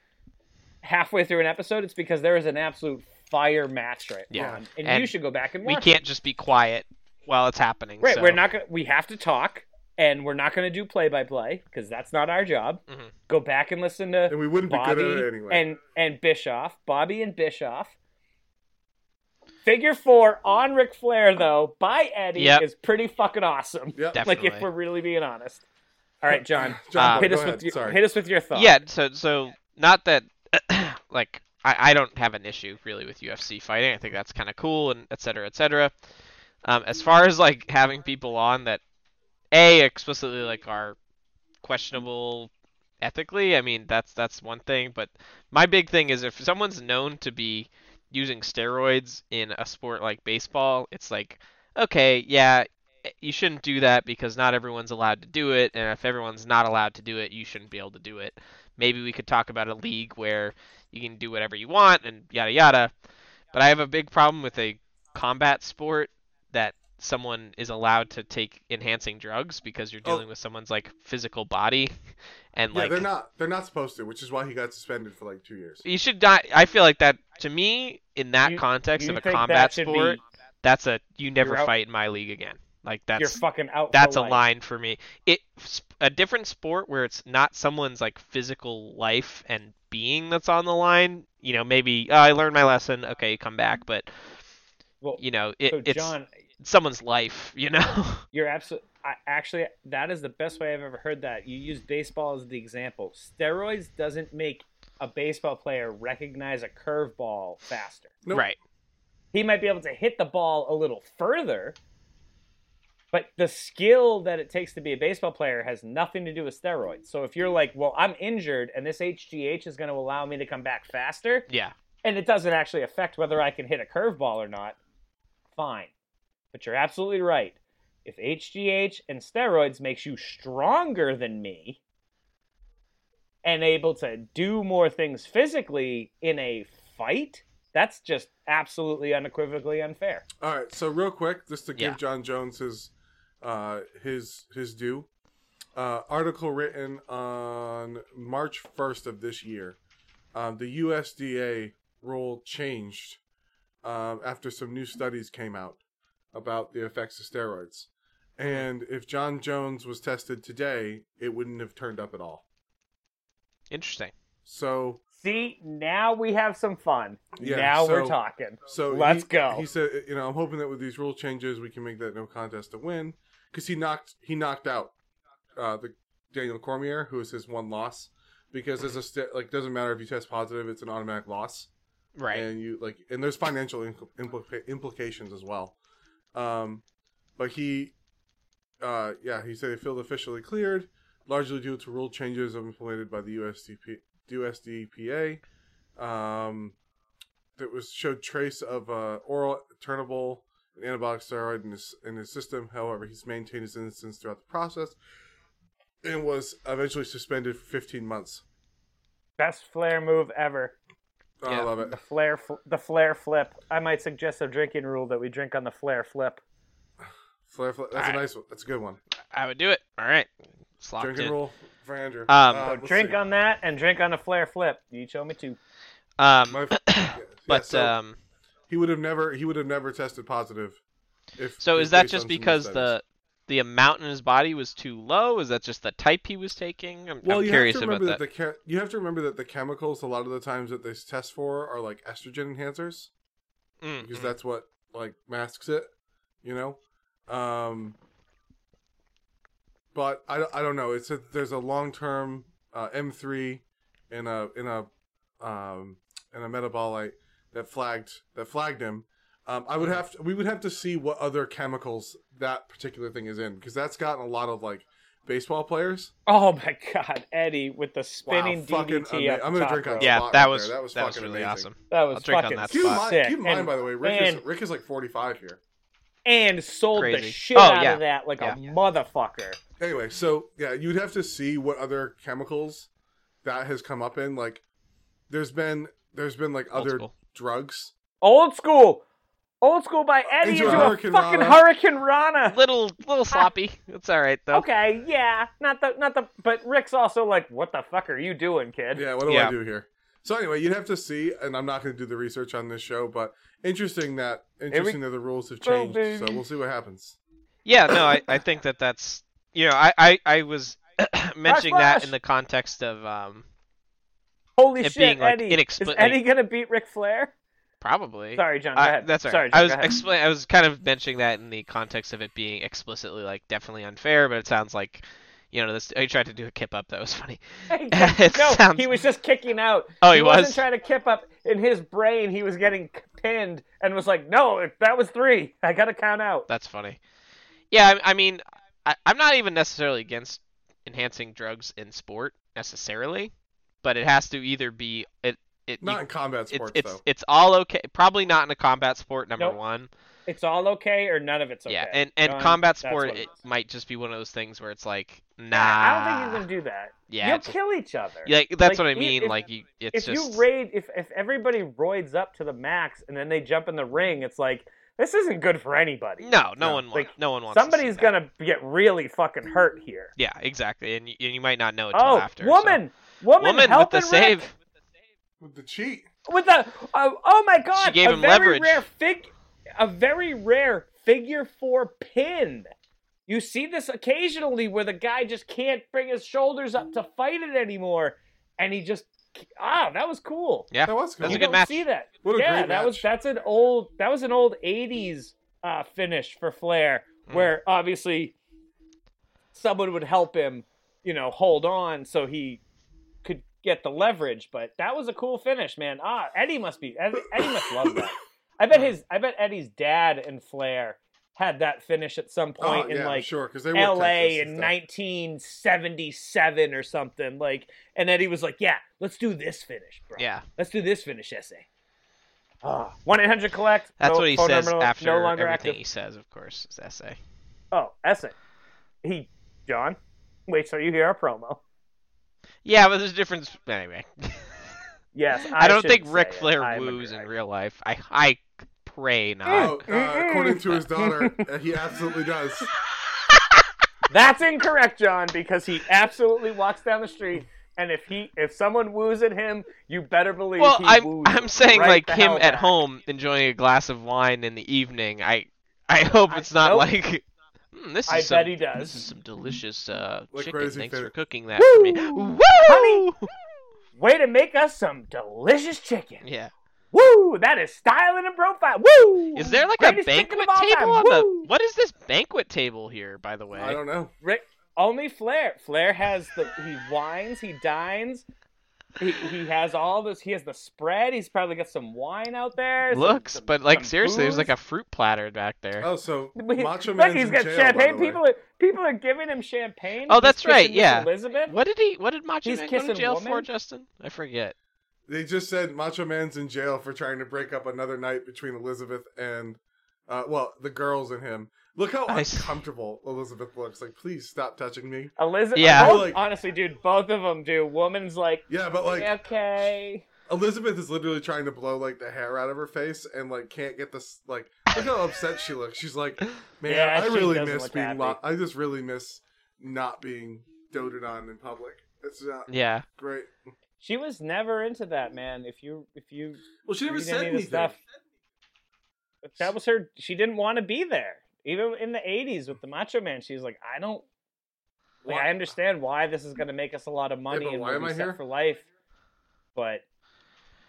halfway through an episode, it's because there is an absolute fire match right Yeah. on, and, you And should go back and we watch. it. can't just be quiet while it's happening. Right, so- we're not gonna. We have to talk, and we're not gonna do play by play because that's not our job. Mhm. Go back and listen to And we wouldn't be Bobby good at it anyway. and and Bischoff, Bobby and Bischoff, Figure four on Ric Flair though by Eddie Yep. is pretty fucking awesome. Yep. Like Definitely. if we're really being honest. All right, John. Uh, hit go us ahead. with your, Sorry. hit us with your thoughts. Yeah, so so not that like I, I don't have an issue really with UFC fighting. I think that's kind of cool and et cetera, et cetera. Um, as far as like having people on that a explicitly like are questionable ethically, I mean that's that's one thing. But my big thing is if someone's known to be using steroids in a sport like baseball, it's like okay, yeah, eh, you shouldn't do that because not everyone's allowed to do it, and if everyone's not allowed to do it, you shouldn't be able to do it. Maybe we could talk about a league where you can do whatever you want and yada yada. But I have a big problem with a combat sport that someone is allowed to take enhancing drugs because you're Oh. dealing with someone's like physical body and Yeah, like they're not. They're not supposed to, which is why he got suspended for like two years. you should not I feel like that to me in that You- context you of a think combat that should sport be- that's a you never You're out- fight in my league again. Like that's you're fucking out. for that's a life. line for me. It sp- a different sport where it's not someone's like physical life and being that's on the line. You know, maybe "Oh, I learned my lesson. Okay, come back. But Well, you know, it, so it's John, someone's life. You know, You're absolutely. I, actually, that is the best way I've ever heard that. You use baseball as the example. Steroids doesn't make a baseball player recognize a curveball faster. Nope. right? He might be able to hit the ball a little further, but the skill that it takes to be a baseball player has nothing to do with steroids. So if you're like, well, I'm injured and this HGH is going to allow me to come back faster, Yeah, and it doesn't actually affect whether I can hit a curveball or not, fine. But you're absolutely right. If HGH and steroids makes you stronger than me and able to do more things physically in a fight, that's just absolutely unequivocally unfair. All right, so real quick, just to give Yeah. John Jones his uh, his his due, uh, article written on March first of this year, um, the USDA rule changed um, after some new studies came out about the effects of steroids, and if John Jones was tested today, it wouldn't have turned up at all. interesting. So See, now we have some fun. Yeah, now we're so- talking. So Let's he- go. He said, you know, I'm hoping that with these rule changes, we can make that no contest to win because he knocked he knocked out uh, the Daniel Cormier, who is his one loss, because there's a st- like doesn't matter if you test positive, it's an automatic loss, Right. and you like and there's financial impl- implica- implications as well. Um, but he, uh, yeah, he said he felt officially cleared, largely due to rule changes implemented by the USDP, USDPA. Um, that was showed trace of uh, oral turnable and anabolic steroid in his, in his system. However, he's maintained his innocence throughout the process and was eventually suspended for 15 months. Best flare move ever. Oh, I Yeah. love it. The flare, fl- the flare flip. I might suggest a drinking rule that we drink on the flare flip. Flare, flare, that's All right. a nice one. That's a good one. I would do it. All right. It's locked Drink and in. roll for Andrew. Um, So let's drink see. on that and drink on the flare flip. You show me two. Um, My- but yeah, yeah, so um, he would have never he would have never tested positive. If so if is that based on just some of the because studies. the the amount in his body was too low? Is that just the type he was taking? I'm, well, I'm you curious have to about remember that. that, the che- you have to remember that the chemicals a lot of the times that they test for are like estrogen enhancers. Mm, because mm. that's what like masks it, you know. Um, but I, I don't know. It's a, there's a long term uh, M three in a in a um, in a metabolite that flagged that flagged him. Um, I would have to, we would have to see what other chemicals that particular thing is in because that's gotten a lot of like baseball players. Oh my God, Eddie with the spinning fucking DDT. ama- up I'm gonna top drink on rope. that. yeah, spot that right was there. That was fucking really amazing. awesome. that was I'll drink on fucking that Keep in spot. mind, sick. keep in mind and, by the way, Rick and- is Rick is like 45 here. and sold the Crazy. shit Oh, out yeah. of that like Yeah. a motherfucker. anyway, so yeah, you'd have to see what other chemicals that has come up in. Like, there's been there's been like Old other school. drugs. Old school, old school by Eddie Into into a a Hurricane fucking Rana. Hurricane Rana. little little sloppy. It's all right though. Okay, yeah, not the not the, but Rick's also like, what the fuck are you doing, kid? Yeah, what do I Yeah. do here? So anyway, you'd have to see, and I'm not going to do the research on this show, but interesting that interesting that the rules have go, changed. so baby. we'll see what happens. Yeah, no, I, I think that that's you know I I, I was mentioning that flash. in the context of um Holy It shit, being, like, Eddie! Is inexplicably- Eddie gonna beat Ric Flair? Probably. Sorry, John. Go I- ahead. that's all Sorry, right. John, I was go ahead. explain. I was kind of mentioning that in the context of it being explicitly like definitely unfair, but it sounds like, you know, this. I tried to do a kip up. That was funny. Hey, It no, sounds- he was just kicking out. Oh, he wasn't was? trying to kip up. In his brain, he was getting pinned and was like, "No, if that was three. I gotta count out." That's funny. Yeah, I, I mean, I, I'm not even necessarily against enhancing drugs in sport necessarily, but it has to either be it. It, Not you, in combat it's sports it's though. it's all okay. Probably not in a combat sport. Number Nope. one. It's all okay or none of it's okay. Yeah, and and Done. combat That's sport what it, it is. might just be one of those things where it's like, nah. I don't think you can do that. yeah, You'll it's- kill each other. yeah, that's like, what I if- mean. if- like you, it's if just you raid, if if everybody roids up to the max and then they jump in the ring, it's like this isn't good for anybody. no, no Yeah, one, wa- like, no one wants. to see Somebody's that. gonna get really fucking hurt here. Yeah, exactly, and you, and you might not know it till Oh, after. so- woman, woman, woman with the helping Rick. save. With the cheat. with the oh oh my god, gave a him very leverage. rare fig, a very rare figure four pin. You see this occasionally where the guy just can't bring his shoulders up to fight it anymore, and he just ah, that was cool. Yeah, That was cool. that's you a good don't match. see that. What a yeah, great that was match. that's an old that was an old '80s uh, finish for Flair, Mm. where obviously someone would help him, you know, hold on so he could get the leverage. But that was a cool finish, man. Ah, Eddie must be Eddie, Eddie must love that. I bet his I bet Eddie's dad and Flair had that finish at some Oh, point in yeah, like sure, because they were LA Texas in and stuff. 1977 or something like and Eddie was like, "Yeah, let's do this finish, bro. yeah, Let's do this finish essay." One eight hundred collect. that's No what he phone says number no- after no longer everything active. he says. Of course, his essay. Oh, essay. He, John. Wait, so you hear our promo? Yeah, but there's a difference. Anyway, Yes, I, I, don't shouldn't think Ric say it. Flair I'm a woos in drag. real life. I I pray not. Oh, uh, according to his daughter, uh, he absolutely does. That's incorrect, John, because he absolutely walks down the street, and if he if someone woos at him, you better believe. well, he I'm woos I'm saying right like the him hell at back. home enjoying a glass of wine in the evening. I I hope I- it's not nope. like. "Hmm, this is I some, bet he does. This is some delicious uh, Like, where chicken. does he Thanks fit for it? cooking that for me. Woo! Woo! Honey! Way to make us some delicious chicken. Yeah. Woo! That is styling and profile. Woo! Is there like Greatest a chicken banquet of all table on time. Woo! the? What is this banquet table here, by the way? I don't know. Rick, only Flair. Flair has the he wines, he dines, he, he has all this. He has the spread. He's probably got some wine out there. some- Looks, some- but like some seriously, there's like booze. a fruit platter back there. Oh, so But he- Macho Look, Man's he's in got jail, by champagne. the way. People are people are giving him champagne. Oh, He's that's kissing right, Miss yeah. Elizabeth. What did he? What did Macho He's Man go to kissing jail for, woman? Justin? I forget. They just said Macho Man's in jail for trying to break up another night between Elizabeth and, uh, well, the girls and him. Look how I see. uncomfortable Elizabeth looks. Like, please stop touching me. Elizabeth. Yeah. both- Like- honestly, dude, both of them do. Woman's like, Yeah, but like okay. Elizabeth is literally trying to blow like the hair out of her face and like can't get this. Like, look how upset she looks. She's like, man, Yeah, I she really doesn't miss look being. happy." Lo- I just really miss not being doted on in public. It's not Yeah. great. She was never into that, man. If you if you Well, she never read any said of the anything. stuff, that was her. She didn't want to be there. Even in the '80s with the Macho Man, she's like, I don't. Like, I understand why this is going to make us a lot of money but and why we'll am be I set here? for life, but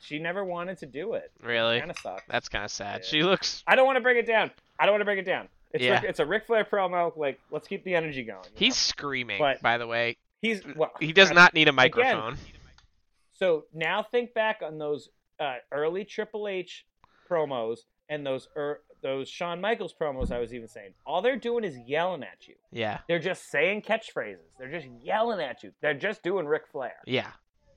she never wanted to do it. Really? Kind of sucks. That's kind of sad. Yeah. She looks. I don't want to break it down. I don't want to break it down. It's Yeah. Ric- it's a Ric Flair promo. Like, let's keep the energy going. you He's screaming. But- by the way, know? he's well, he does I- not need a microphone. So now think back on those uh, early Triple H promos and those er, those Shawn Michaels promos. I was even saying all they're doing is yelling at you. Yeah. They're just saying catchphrases. They're just yelling at you. They're just doing Ric Flair. Yeah.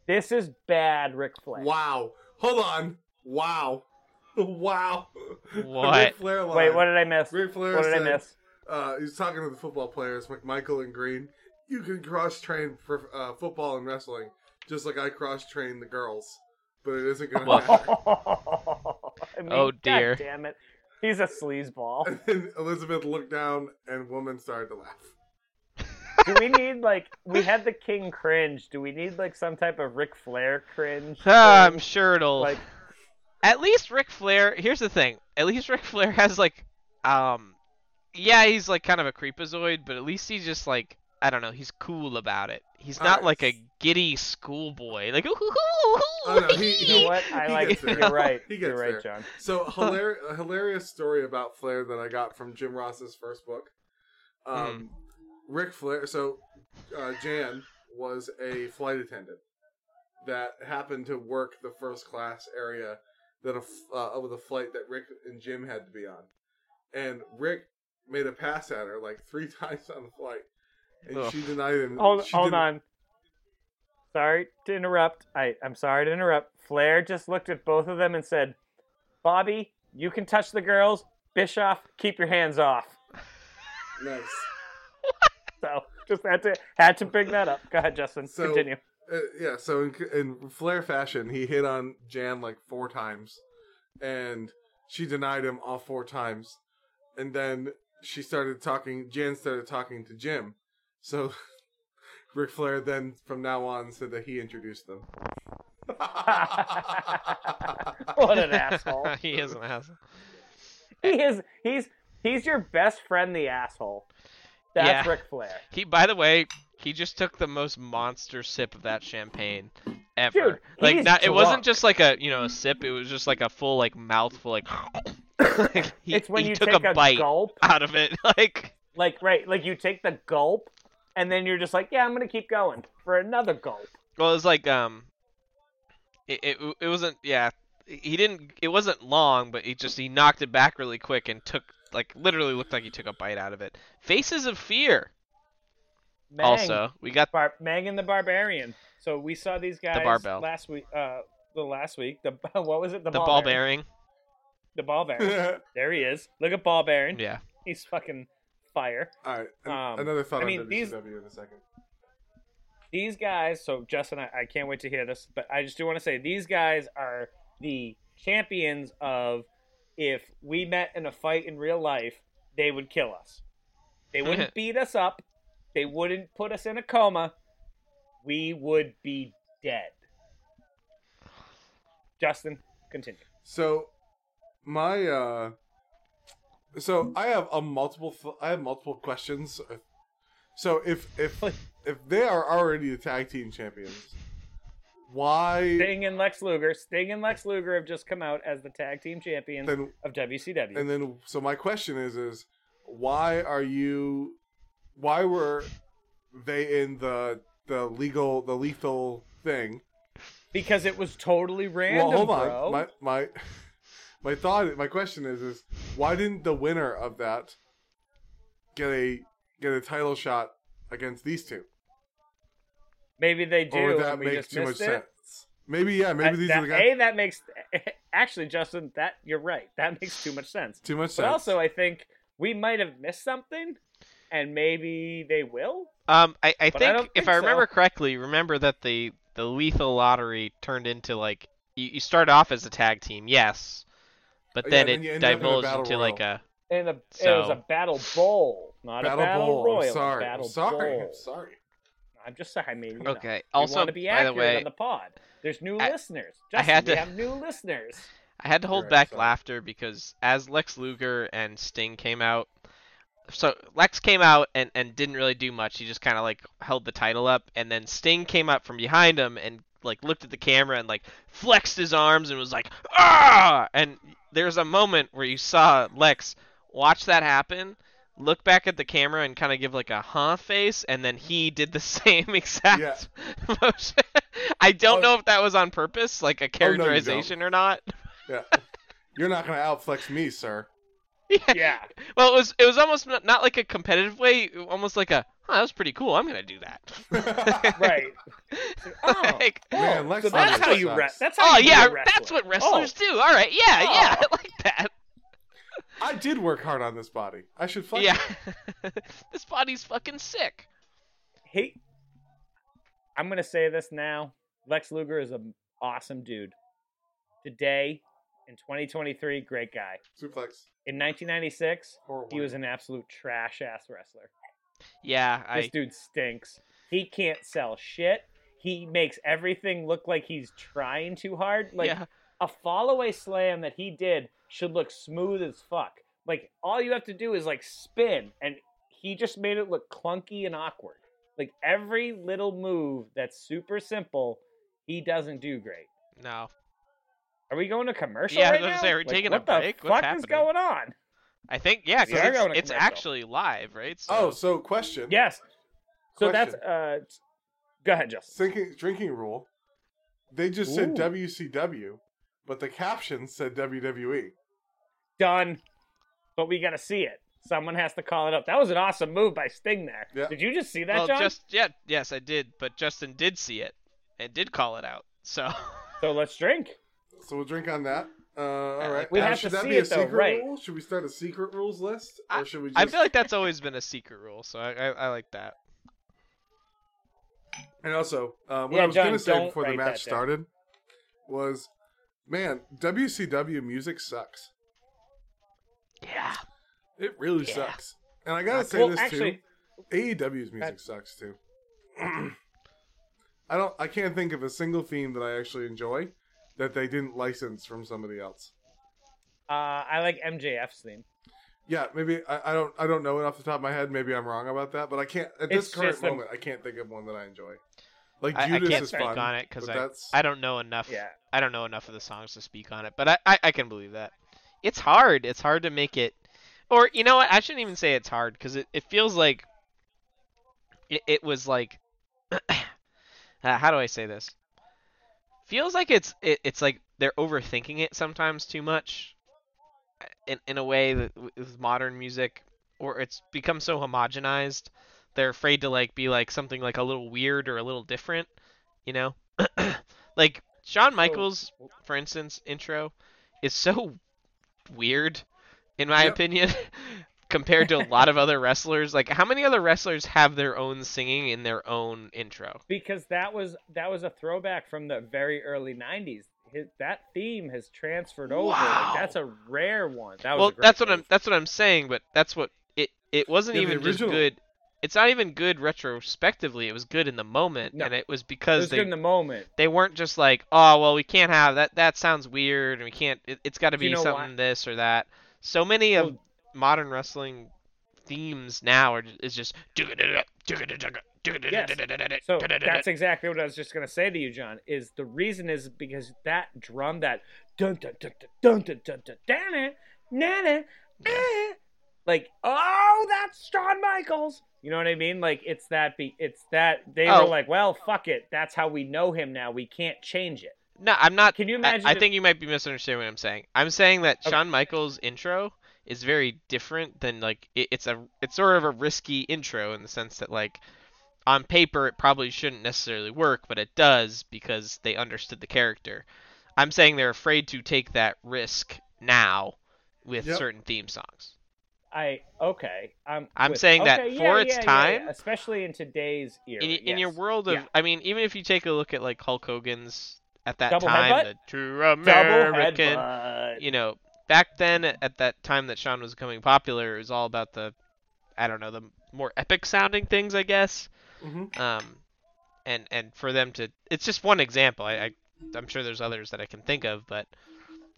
This is bad Ric Flair. Wow. Hold on. Wow. Wow. What? Ric Flair line. Wait, what did I miss? Ric Flair What did I said, miss? Uh, he was talking to the football players, McMichael and Green. You can cross train for uh, football and wrestling, just like I cross train the girls. But it isn't going to matter. I mean, Oh, dear. God damn it. He's a sleazeball. And then Elizabeth looked down, and woman started to laugh. Do we need like we had the King cringe? Do we need like some type of Ric Flair cringe? Ah, thing? I'm sure it'll. like At least Ric Flair. Here's the thing. At least Ric Flair has like, um, yeah, he's like kind of a creepazoid, but at least he's just like I don't know, he's cool about it. He's All not Uh, right. like a giddy schoolboy, like ooh, ooh, ooh, ooh, Oh, no, he- You know what? I He like gets it. there. You're right. He You're gets right, there. John. So hilar- a hilarious story about Flair that I got from Jim Ross's first book. Um, Rick Flair. So uh, Jan was a flight attendant that happened to work the first class area that a f uh, of the flight that Rick and Jim had to be on, and Rick made a pass at her like three times on the flight, and Ugh. she denied him. Hold, she hold didn't- on. Sorry to interrupt. I, I'm sorry to interrupt. Flair just looked at both of them and said, Bobby, you can touch the girls. Bischoff, keep your hands off. Nice. So just had to had to bring that up. Go ahead, Justin. So- Continue. Uh, yeah, so in, in Flair fashion, he hit on Jan like four times, and she denied him all four times. And then she started talking, Jan started talking to Jim. So Ric Flair then, from now on, said that he introduced them. What an asshole. he is an asshole. He is he's he's your best friend, the asshole. That's Yeah. Ric Flair. He, by the way, he just took the most monster sip of that champagne ever. Dude, like he's not, it wasn't drunk. just like a you know a sip. It was just like a full like mouthful. Like, he, it's when he you took take a, bite gulp, out of it. Like like right, like you take the gulp, and then you're just like, yeah, I'm gonna keep going for another gulp. well, it was like um, it it, it wasn't yeah. He didn't. It wasn't long, but he just he knocked it back really quick and took like literally looked like he took a bite out of it. Faces of Fear. Mang, Also, we got Bar- Megan the Barbarian. So we saw these guys barbell. last week. Uh, the last week, the what was it? The, the ball, ball bearing. bearing. The ball bearing. all there he is. Look at ball bearing. Yeah. He's fucking fire. right, an- Um, another thought I mean, on these- WCW in a second. these guys so justin I, I can't wait to hear this but i just do want to say these guys are the champions of if we met in a fight in real life they would kill us they wouldn't beat us up they wouldn't put us in a coma we would be dead justin continue So my uh so I have a multiple th- I have multiple questions. So if if if they are already the tag team champions, why sting and lex luger sting and lex luger have just come out as the tag team champions then of wcw and then so my question is is why are you why were they in the the legal the lethal thing because it was totally random well, hold bro. on. My my my thought, my question is, is why didn't the winner of that get a get a title shot against these two? maybe they do or would Oh, that and we make just too much missed it. sense? Maybe yeah, maybe That- these that- are the guys A that makes actually Justin that you're right. That makes too much sense. too much But sense. also I think we might have missed something and maybe they will. Um, I, I But I think, don't if think I so. remember correctly, remember that the the lethal lottery turned into like you, you start off as a tag team, yes, but Oh, Yeah, then then it you end up in a divulged battle into royal. like a And a, it was So- a battle bowl, not battle, a battle bowl. royal. I'm sorry. Battle I'm sorry. bowl. I'm sorry. I'm just sorry, maybe. you know. okay. We also, want to be by the accurate way, on the pod. There's new I- listeners. I Justin, had we to- have new listeners. I had to hold You're right, back sorry. laughter because as Lex Luger and Sting came out, so Lex came out and, and didn't really do much. He just kind of like held the title up, and then Sting came up from behind him and like looked at the camera and like flexed his arms and was like ah. And there's a moment where you saw Lex watch that happen, look back at the camera and kind of give like a huh face, and then he did the same exact motion. I don't Oh. know if that was on purpose, like a don't. characterization or not. Yeah. You're not gonna outflex me, sir. Yeah. Well, it was it was almost not, not like a competitive way, almost like a, huh, that was pretty cool. I'm gonna do that. Right. Oh. Like, Man, Oh, Lex so that's Luger how you sucks. re- that's how oh you be a yeah, wrestler. that's what Oh, wrestlers do. All right, yeah, yeah, Oh. I like that. I did work hard on this body. I should flex. yeah. it. this body's fucking sick. he I'm gonna say this now. Lex Luger is an awesome dude. Today, in 2023, great guy. Suplex. In 1996, Horrible. he was an absolute trash ass wrestler. Yeah, I This dude stinks. He can't sell shit. He makes everything look like he's trying too hard. Like yeah. a fallaway slam that he did should look smooth as fuck. Like all you have to do is like spin, and he just made it look clunky and awkward. Like every little move that's super simple, he doesn't do great. No. Are we going to commercial? Yeah, I right was gonna now? say, are we Like, taking a what the break? What's fuck is happening? going on? I think yeah, 'cause Yeah, I it's, got one it's commercial. actually live, right? So- Oh, so question. Yes. So Question. that's uh. Go ahead, Justin. Drinking, drinking rule. They just said Ooh. WCW, but the caption said E. WWE. done. But we gotta see it. Someone has to call it up. That was an awesome move by Sting there. Yeah. Did you just see that, well, John? just yeah, yes, I did, but Justin did see it and did call it out. So So let's drink. So we'll drink on that. Uh, all right. We Now, have should to that see be a it, though, secret right. rule? Should we start a secret rules list, or should we just? I feel like that's always been a secret rule. So I, I, I like that. And also, uh, what Yeah, I was John, going to say don't before the write match that down. started was, man, WCW music sucks. Yeah. It really Yeah. sucks. And I gotta say Uh, well, this actually, too: AEW's E music sucks too. I don't. I can't think of a single theme that I actually enjoy that they didn't license from somebody else. uh, I like MJF's theme. Yeah, maybe I, I don't. I don't know it off the top of my head. Maybe I'm wrong about that, but I can't at this It's current just them- moment. I can't think of one that I enjoy. Like I, I Judas can't is speak fun, on it because but I, that's I don't know enough. Yeah. I don't know enough of the songs to speak on it, but I, I, I can believe that. It's hard. It's hard to make it. Or, you know what? I shouldn't even say it's hard because it, it feels like it, it was like. uh, how do I say this? Feels like it's it, it's like they're overthinking it sometimes too much uh, in, in a way that w- with modern music, or it's become so homogenized. They're afraid to like be like something like a little weird or a little different, you know? like Shawn Michaels for instance, intro is so weird, in my Yep. opinion, compared to a lot of other wrestlers. Like, how many other wrestlers have their own singing in their own intro? Because that was that was a throwback from the very early '90s. His, that theme has transferred over. Like, Wow. that's a rare one. That was a Well, great that's what I'm move. that's what I'm saying, but that's what it it wasn't Yeah, the even just original. good. It's not even good retrospectively. It was good in the moment, No. and it was It because was they good in the moment. they weren't just like, oh well, we can't have that. That sounds weird, and we can't. It, it's got to Do you be know something this or that. So many of Well- modern wrestling themes now are is just. Yes. So that's exactly what I was just gonna say to you, John. Is the reason is because that drum, that dun dun dun dun dun dun dun dun dun dun dun, eh, like oh, that's Shawn Michaels. You know what I mean? Like it's that be it's that they Oh. were like, well, fuck it. That's how we know him now. We can't change it. No, I'm not. Can you I- imagine I, if- think you might be misunderstanding what I'm saying. I'm saying that Okay. Shawn Michaels' intro is very different than like it, it's a it's sort of a risky intro in the sense that like on paper it probably shouldn't necessarily work, but it does because they understood the character. I'm saying they're afraid to take that risk now with Yep. certain theme songs. I okay. I'm I'm with- saying that okay, for yeah, its yeah, yeah, time- yeah, especially in today's era. In, y- in your yes. world of, Yeah. I mean, even if you take a look at like Hulk Hogan's at that Double time, headbutt? the true double American. headbutt. you know, back then at that time that Sean was becoming popular, it was all about the, I don't know, the more epic sounding things, I guess. Mhm. Um, and and for them to, it's just one example. I, I I'm sure there's others that I can think of, but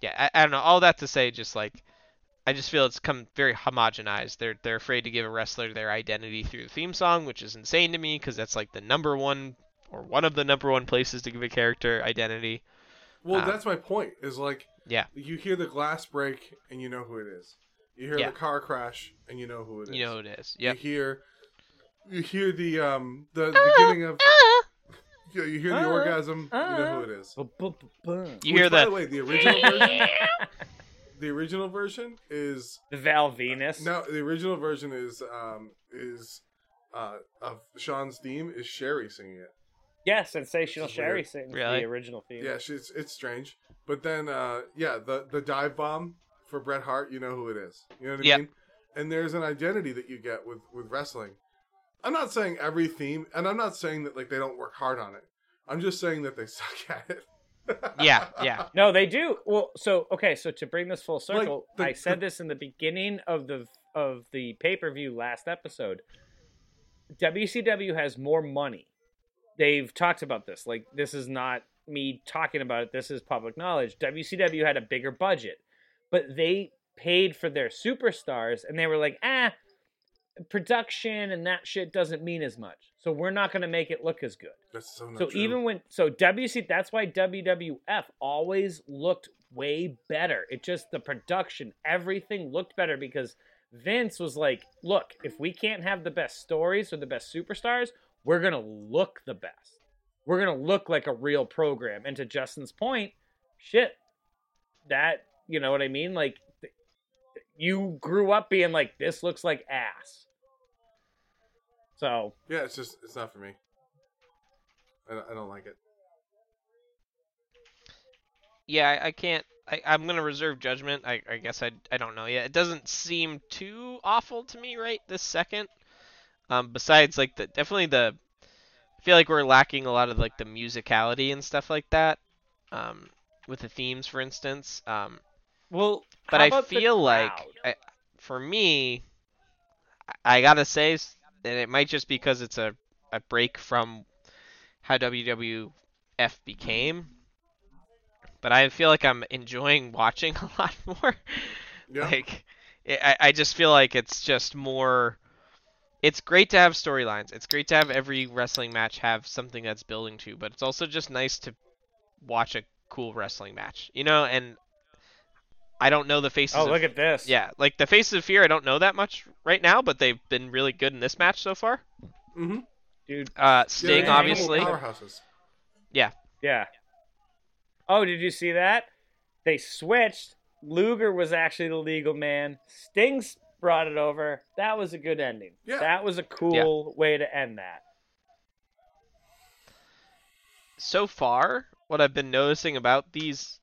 yeah, I, I don't know. All that to say, just like, I just feel it's come very homogenized. They're they're afraid to give a wrestler their identity through the theme song, which is insane to me because that's like the number one or one of the number one places to give a character identity. well, uh, that's my point. Is like Yeah. you hear the glass break and you know who it is. You hear Yeah. the car crash and you know who it is. You know who it is. Yep. Ah, You hear you hear the um the, the beginning of you, you hear the Uh, orgasm. you know who it is. Bu- bu- bu- bu- You Which, hear By the the way, the original version. the original version is The Val Venus. no. The original version is um is uh of Sean's theme is Sherry singing it. Yeah, Sensational This is Sherry weird. sings Really? the original theme. Yeah, she's it's strange. But then uh yeah, the the dive bomb for Bret Hart, you know who it is. You know what I Yeah. mean? And there's an identity that you get with with wrestling. I'm not saying every theme, and I'm not saying that like they don't work hard on it. I'm just saying that they suck at it. Yeah, yeah. No, they do. Well, so okay, so to bring this full Like, circle, the- I said the- this in the beginning of the of the pay per view last episode. WCW has more money. They've talked about this. Like this is not me talking about it. This is public knowledge. WCW had a bigger budget, but they paid for their superstars, and they were like, ah, production and that shit doesn't mean as much. So we're not going to make it look as good. That's so not So true. even when so WC that's why WWF always looked way better. It just the production, everything looked better because Vince was like, "Look, if we can't have the best stories or the best superstars, we're going to look the best. We're going to look like a real program." And to Justin's point, shit. That, you know what I mean? Like th- you grew up being like this looks like ass. So, yeah, it's just it's not for me. I don't, I don't like it. Yeah, I, I can't. I, I'm gonna reserve judgment. I, I guess I, I don't know yet. It doesn't seem too awful to me right this second. Um, besides like the definitely the, I feel like we're lacking a lot of like the musicality and stuff like that. Um, with the themes, for instance. Um, well, but how I about the feel like crowd? I, for me, I I gotta say s- that it might just because it's a, a break from how WWF became. But I feel like I'm enjoying watching a lot more. Yeah, Like, I, I just feel like it's just more. It's great to have storylines. It's great to have every wrestling match have something that's building to, but it's also just nice to watch a cool wrestling match, you know? And I don't know the faces Oh, of look at this. yeah, like the Faces of Fear, I don't know that much right now, but they've been really good in this match so far. mm-hmm. Dude, Uh, Sting, they're obviously. normal powerhouses. yeah. Oh, did you see that? They switched. Luger was actually the legal man. Stings brought it over. That was a good ending. Yeah. That was a cool way to end that. So far, what I've been noticing about these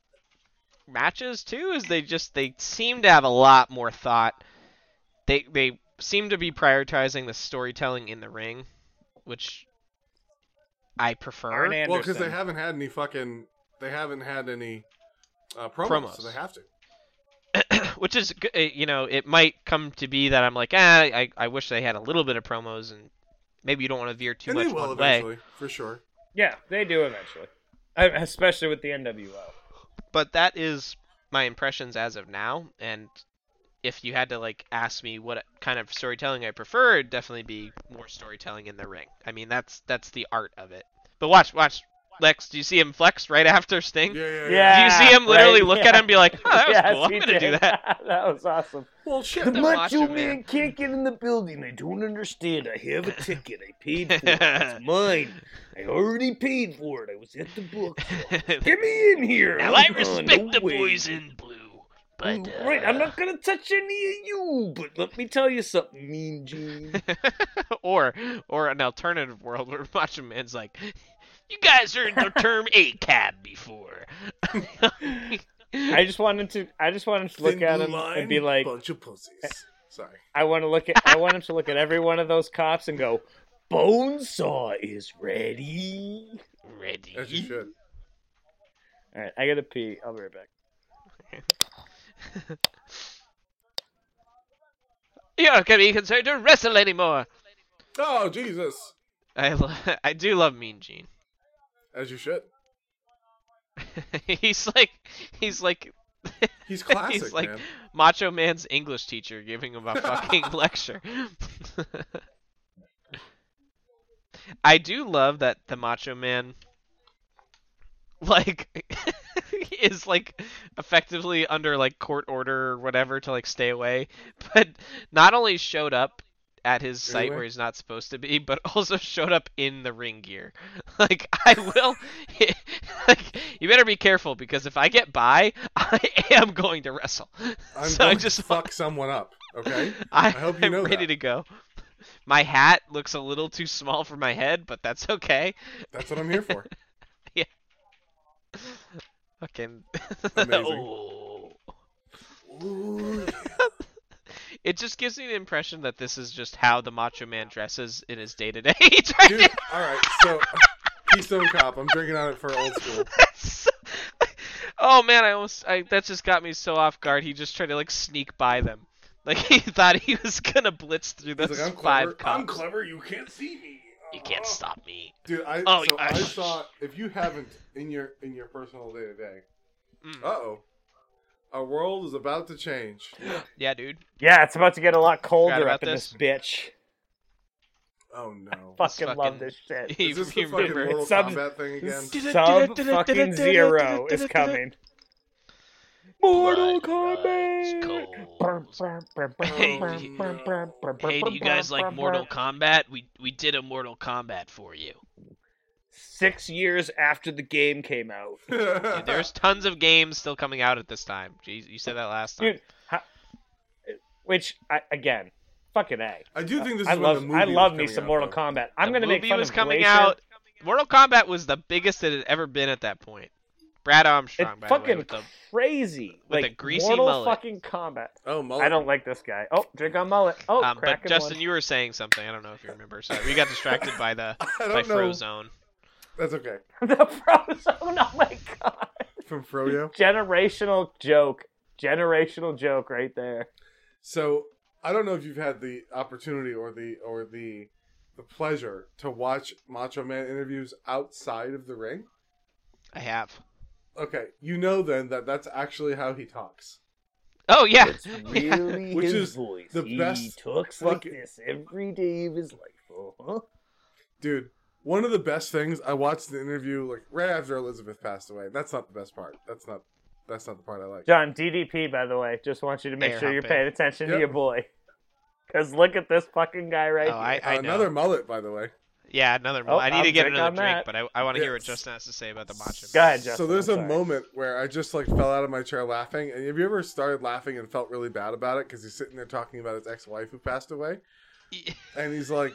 matches too is they just they seem to have a lot more thought. They they seem to be prioritizing the storytelling in the ring, which I prefer. Arn Well, because Anderson. they haven't had any fucking, they haven't had any uh, promos, so Promos. they have to. which is good. You know, it might come to be that I'm like, ah, I, I wish they had a little bit of promos, and maybe you don't want to veer too and much they will one way. eventually, for sure. Yeah, they do eventually. Uh, Especially with the NWO. But that is my impressions as of now, and if you had to like ask me what kind of storytelling I prefer, it'd definitely be more storytelling in the ring. I mean, that's that's the art of it. But watch, watch, Lex. Do you see him flex right after Sting? Yeah, yeah, yeah. Yeah. Do you see him literally right, look yeah. at him and be like, oh, that was Yes, cool. I'm he gonna do did. that. that was awesome. Well, shit. The Macho Macho Man Man. can't get in the building. I don't understand. I have a ticket. I paid for it. It's mine. I already paid for it. I was at the book. now Get me in here. oh, I respect the boys in blue, but uh, Right, I'm not gonna touch any of you, but let me tell you something, Mean Gene. or or an alternative world where Macho Man's like, you guys heard the term A cab before. I just wanted to, I just wanted to look Thin at blue him line, and be like, bunch of pussies. Sorry. I want to look at, I want him to look at every one of those cops and go, Bonesaw is ready. Ready. As you should. All right, I gotta pee. I'll be right back. You're not gonna be concerned to wrestle anymore. Oh Jesus! I lo- I do love Mean Gene. As you should. he's like he's like He's classic, he's like man. Macho Man's English teacher giving him a fucking lecture. I do love that the Macho Man like is like effectively under like court order or whatever to like stay away, but not only showed up at his site Anyway. where he's not supposed to be, but also showed up in the ring gear. Like I will, like you better be careful because if I get by, I am going to wrestle. I'm so I going just to fuck someone up. Okay. I, hope you am know ready that. to go. My hat looks a little too small for my head, but that's okay. That's what I'm here for. Fucking. Amazing. Oh. Ooh, It just gives me the impression that this is just how the Macho Man dresses in his day to day. Dude, all right. So, Keystone Cop. I'm drinking on it for old school. That's so- oh man, I almost I that just got me so off guard. He just tried to like sneak by them. Like he thought he was gonna blitz through He's those like, I'm clever. five I'm cops. clever. You can't see me. You can't Ah. stop me. Dude, I Oh, so I- I Mm-hmm. saw if you haven't in your in your personal day to day. Mm. Uh oh. Our world is about to change. Yeah, dude. Yeah, it's about to get a lot colder about up in this, this. bitch. Oh no. Fucking, love fucking- this shit. Is this the You fucking remember- Mortal It subs- Kombat thing again? Sub fucking zero is coming. Mortal Kombat. Hey, do you guys like Mortal Kombat? We we did a Mortal Kombat for you. Six years after the game came out, Yeah, there's tons of games still coming out at this time. Jeez, you said that last time. dude. How, which I, again, fucking a. I do think this I is love when the movie I love was me coming some out, Mortal though. Kombat. I'm the gonna make movie fun was of coming Glacier. out. Mortal Kombat was the biggest it had ever been at that point. Brad Armstrong, It's by fucking the way, with the crazy. with like a greasy Mortal mullet. fucking combat. Oh, Mullet. I don't like this guy. Oh, drink on mullet. Oh, um, but cracking Justin, one. you were saying something. I don't know if you remember. So we got distracted by the I by don't know. Frozone. That's okay. the Frozone. Oh my god. From Froyo. Generational joke. Generational joke right there. So I don't know if you've had the opportunity or the or the the pleasure to watch Macho Man interviews outside of the ring. I have. Okay, you know then that that's actually how he talks. Oh yeah. It's really Which his is voice. the he best talks like fucking- this every day of his life. Uh-huh. Dude, one of the best things I watched the interview like right after Elizabeth passed away. That's not the best part. That's not that's not the part I like. John DDP, by the way, just want you to make Air sure you're humping. paying attention to Yep. your boy. Cause look at this fucking guy Oh, right here. I, I know. Uh, Another mullet, by the way. Yeah, another. Oh, I need to I'll get drink another on drink, that. but I, I want to hear what Yes. Justin has to say about the matcha. Go ahead, Justin. So there's I'm a sorry. moment where I just like fell out of my chair laughing. And have you ever started laughing and felt really bad about it because he's sitting there talking about his ex-wife who passed away, and he's like,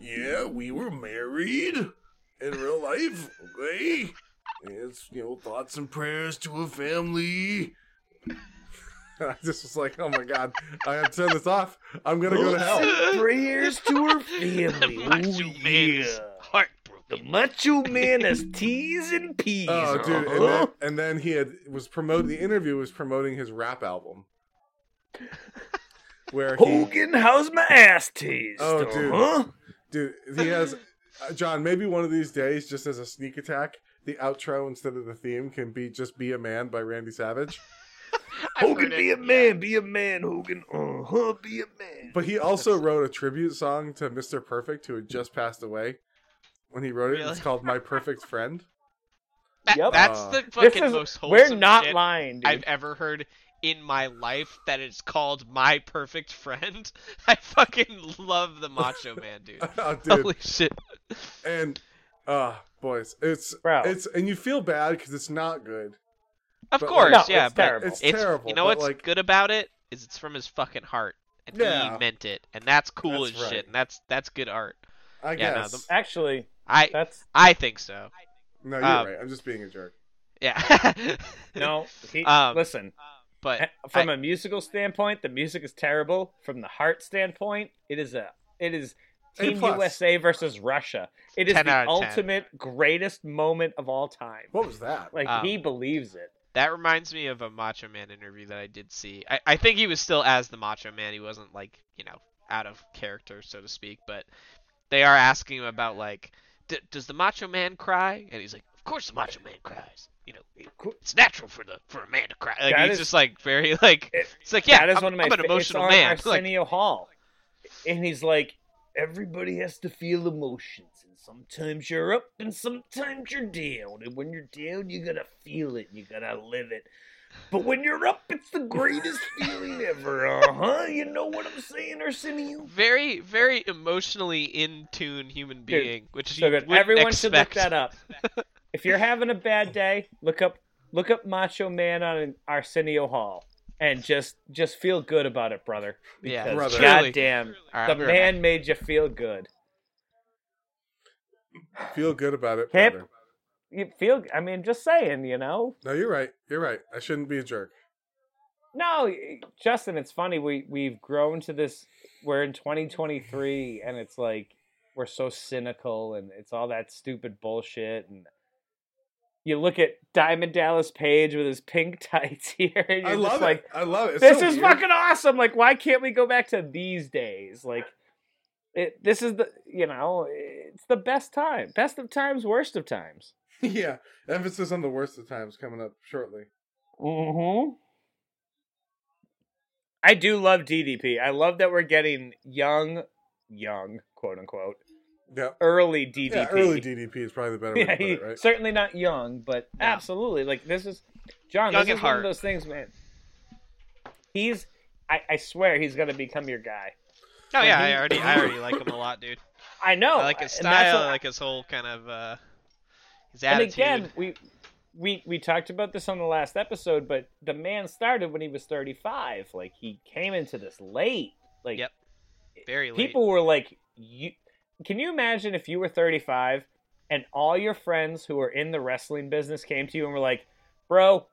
"Yeah, we were married in real life, okay? It's you know thoughts and prayers to a family." And I just was like, "Oh my god, I have to turn this off. I'm gonna go to hell." Prayers to her family. The Macho Ooh, Man is yeah. The heartbroken. Macho Man has T's and P's. Oh, dude! And Uh-huh. then, and then he had was promoting the interview was promoting his rap album, where he, Hogan, how's my ass taste? uh-huh? Oh, dude. Huh? dude, he has uh, John. Maybe one of these days, just as a sneak attack, the outro instead of the theme can be "Just Be a Man" by Randy Savage. I've Hogan, heard be it, a man, be a man, Hogan. Uh huh, be a man. But he also wrote a tribute song to Mr. Perfect, who had just passed away. When he wrote it, Really? it's called "My Perfect Friend." That, Yep. That's Uh, the This fucking is- most wholesome We're not shit lying, dude. I've ever heard in my life that it's called My Perfect Friend. I fucking love the Macho Man, dude. oh, dude, Holy shit. and uh boys, it's Bro. it's and you feel bad because it's not good. Of But, like- course, no, yeah, it's but terrible. It's, it's terrible. you know but, what's like, good about it is it's from his fucking heart, and Yeah. he meant it, and that's cool That's as right. shit, and that's that's good art. I Yeah, no, guess. the- Actually, I that's I think so. No, you're Um, right. I'm just being a jerk. Yeah. no. He, Um, listen, But from a musical standpoint, the music is terrible. From the heart standpoint, it is a it is A Team plus. USA versus Russia. It is 10 the out of 10. ultimate greatest moment of all time. What was that? Like Um, he believes it. that reminds me of a Macho Man interview that I did see. I, I think he was still as the Macho Man. He wasn't like, you know, out of character, so to speak, but they are asking him about like D- does the Macho Man cry? And he's like, Of course the Macho Man cries. You know, it- it's natural for the for a man to cry. Like That he's is- just like very like It- it's like yeah, that is I'm, one of my I'm an fa- emotional it's on man. Like, Arsenio Hall, and he's like, everybody has to feel emotions, and sometimes you're up, and sometimes you're down, and when you're down, you gotta feel it, you gotta live it. But when you're up, it's the greatest feeling ever, uh huh. You know what I'm saying, Arsenio? very, very emotionally in tune human Dude, being, which So you good. wouldn't Everyone should look expect. that up. If you're having a bad day, look up look up Macho Man on Arsenio Hall, and just just feel good about it, brother. Yeah, Because Brother. truly. goddamn, All right, the I'll be right back. man made you feel good. Feel good about it. Hip. brother. You feel? I mean, just saying, you know. No, you're right. You're right. I shouldn't be a jerk. No, Justin, it's funny. We we've grown to this. We're in 2023, and it's like we're so cynical, and it's all that stupid bullshit. And you look at Diamond Dallas Page with his pink tights here, and you're I just love like, it. I love it. It's this so is weird. fucking awesome. Like, why can't we go back to these days? Like, it, this is the you know, it's the best time, best of times, worst of times. yeah. Emphasis on the worst of times coming up shortly. Mm-hmm. I do love DDP. I love that we're getting young, young, quote unquote, Yeah. early DDP. Yeah, early DDP is probably the better way Yeah, to put he- it, right? certainly not young, but No. absolutely. Like this is John. Young this at is one of heart. those things, man. He's. I, I swear he's gonna become your guy. Oh yeah, he- I already I already like him a lot, dude. I know. I like his and that's style, what- I like his whole kind of uh his and attitude. again, we we we talked about this on the last episode, but the man started when he was 35. Like he came into this late. Like Yep, Very late. people were like, "You can you imagine if you were 35 and all your friends who were in the wrestling business came to you and were like, "Bro,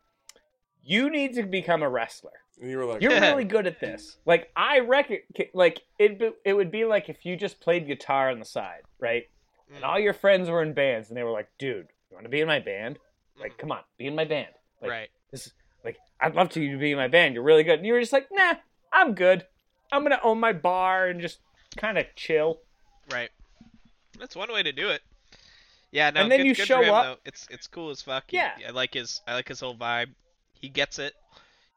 you need to become a wrestler. And you were like, You're really good at this. Like I reckon, like it be, it would be like if you just played guitar on the side, right? Mm, and all your friends were in bands and they were like dude you want to be in my band like mm, come on be in my band like- right. like i'd love to you to be in my band you're really good and you were just like nah i'm good i'm gonna own my bar and just kind of chill Right. That's one way to do it. Yeah, no, And then good, you good show for him, up- Though. It's it's cool as fuck. He- Yeah. I like his I like his whole vibe. He gets it.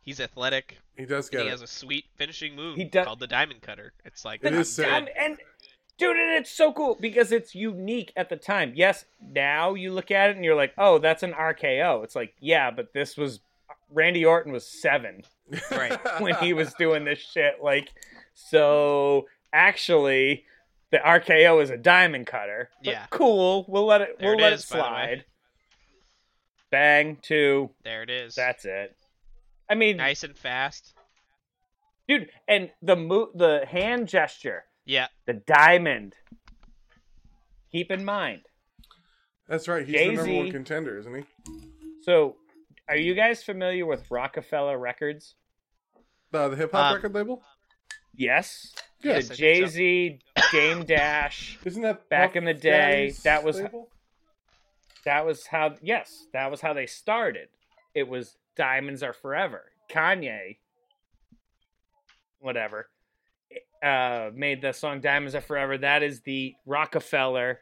He's athletic. he does and get he it. has a sweet finishing move He does- called the Diamond Cutter. It's like It I'm is sick. good. and, and dude and it's so cool because it's unique at the time yes now you look at it and you're like oh that's an rko it's like yeah but this was randy orton was seven Right. when he was doing this shit. Like, so actually, the RKO is a diamond cutter. But Yeah. Cool. We'll let it. There we'll it let is, it by the way. slide. Bang two. There it is. That's it. I mean, nice and fast. dude, and the mo- the hand gesture, Yeah. the diamond. Keep in mind. That's right. He's the number Jay-Z. one contender, isn't he? So, are you guys familiar with Rockefeller Records? The, the hip hop Um, record label? Yes. Yes, the I think so. Jay Z, Dame Dash. Isn't that back Puff in the day, Daddy's that was- label? that was how yes that was how they started it was diamonds are forever kanye whatever uh made the song diamonds are forever that is the rockefeller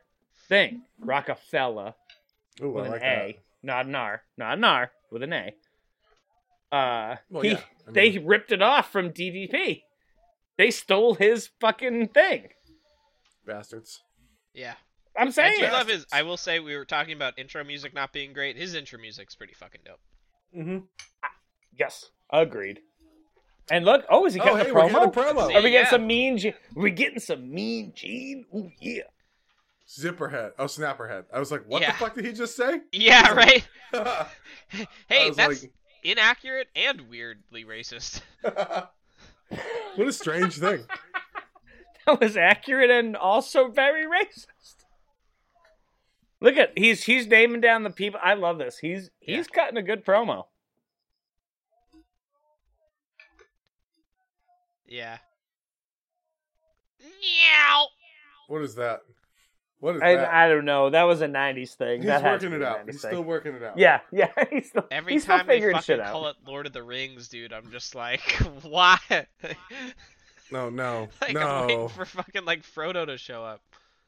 thing rockefeller Ooh, with I an like a that. not an r not an r with an a uh Well, he, yeah. I they mean, ripped it off from ddp they stole his fucking thing bastards. Yeah. i'm I saying do it. love his. I will say we were talking about intro music not being great. His intro music's pretty fucking dope. Mm-hmm. yes agreed and look oh is he Oh, getting hey, a we're getting a promo promo. Are we getting Yeah. some mean? Gene? we getting some mean Gene? Ooh yeah. Zipperhead. Oh, Snapperhead. I was like, what Yeah. the fuck did he just say? Yeah. Right. I hey, was that's inaccurate and weirdly racist. like, what a strange thing. That was accurate and also very racist. Look at he's he's naming down the people. I love this. He's Yeah. he's cutting a good promo. Yeah. Meow. What is that? What is I, that? I don't know. That was a '90s thing. He's That had to working be it a out. 90s He's thing. still working it out. Yeah, yeah. He's still Every he's time still they figuring shit fucking out. call it Lord of the Rings, dude, I'm just like, why? No, no, like I'm waiting no. for fucking like Frodo to show up.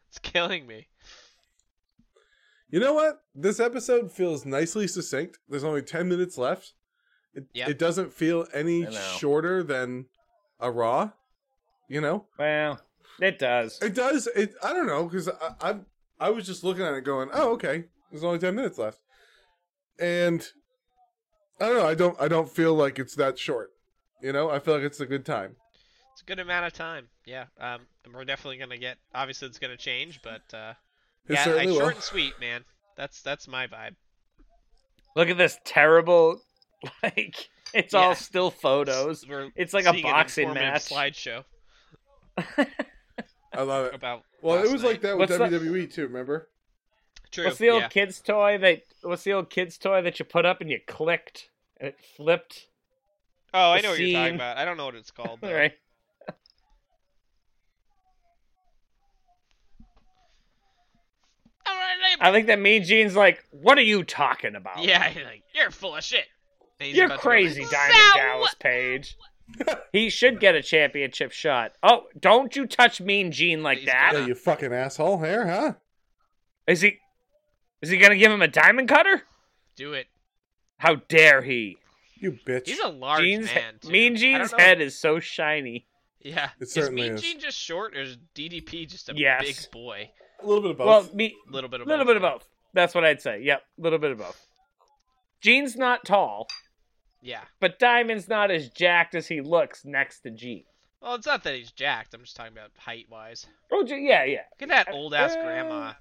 It's killing me. You know what? This episode feels nicely succinct. There's only 10 minutes left. It, Yep. it doesn't feel any I know. shorter than a raw. You know, Well, it does. it does. It. I don't know because I, I I was just looking at it going, oh okay. There's only 10 minutes left, and I don't know. I don't. I don't feel like it's that short. You know, I feel like it's a good time. It's a good amount of time. Yeah. Um. and We're definitely gonna get. Obviously, it's gonna change, but uh. It yeah. I, certainly will. short and sweet, man. That's that's my vibe. Look at this terrible. Like it's Yeah. all still photos. We're It's like a seeing an boxing informative match. slideshow I love it. about. Well, it last was night. like that with What's that- WWE too. Remember? True. What's the old yeah. kids toy that? What's the old kids toy that you put up and you clicked and it flipped? Oh, I the know what you're scene? talking about. I don't know what it's called. Though. All right. All right, I think that Mean Gene's like, "What are you talking about? Yeah, he's like, you're full of shit. And he's you're about to go, crazy, Diamond "So Dallas Page." he should get a championship shot. Oh, don't you touch Mean Gene like He's that? Is Yeah, you fucking asshole here, huh? he? Is he gonna give him a diamond cutter? Do it. How dare he? You bitch. He's a large Gene's man. Too. mean I don't Gene's know- head is so shiny. Yeah. It is certainly Mean is. Gene just short, or is DDP just a Yes. big boy? A little bit of both. Well, me A little bit of little both. bit of both. That's what I'd say. Yep, little bit of both. Gene's not tall, Yeah. but Diamond's not as jacked as he looks next to Gene. Well, it's not that he's jacked. I'm just talking about height wise. Oh, Gene- yeah, yeah. Look at that old ass Uh, grandma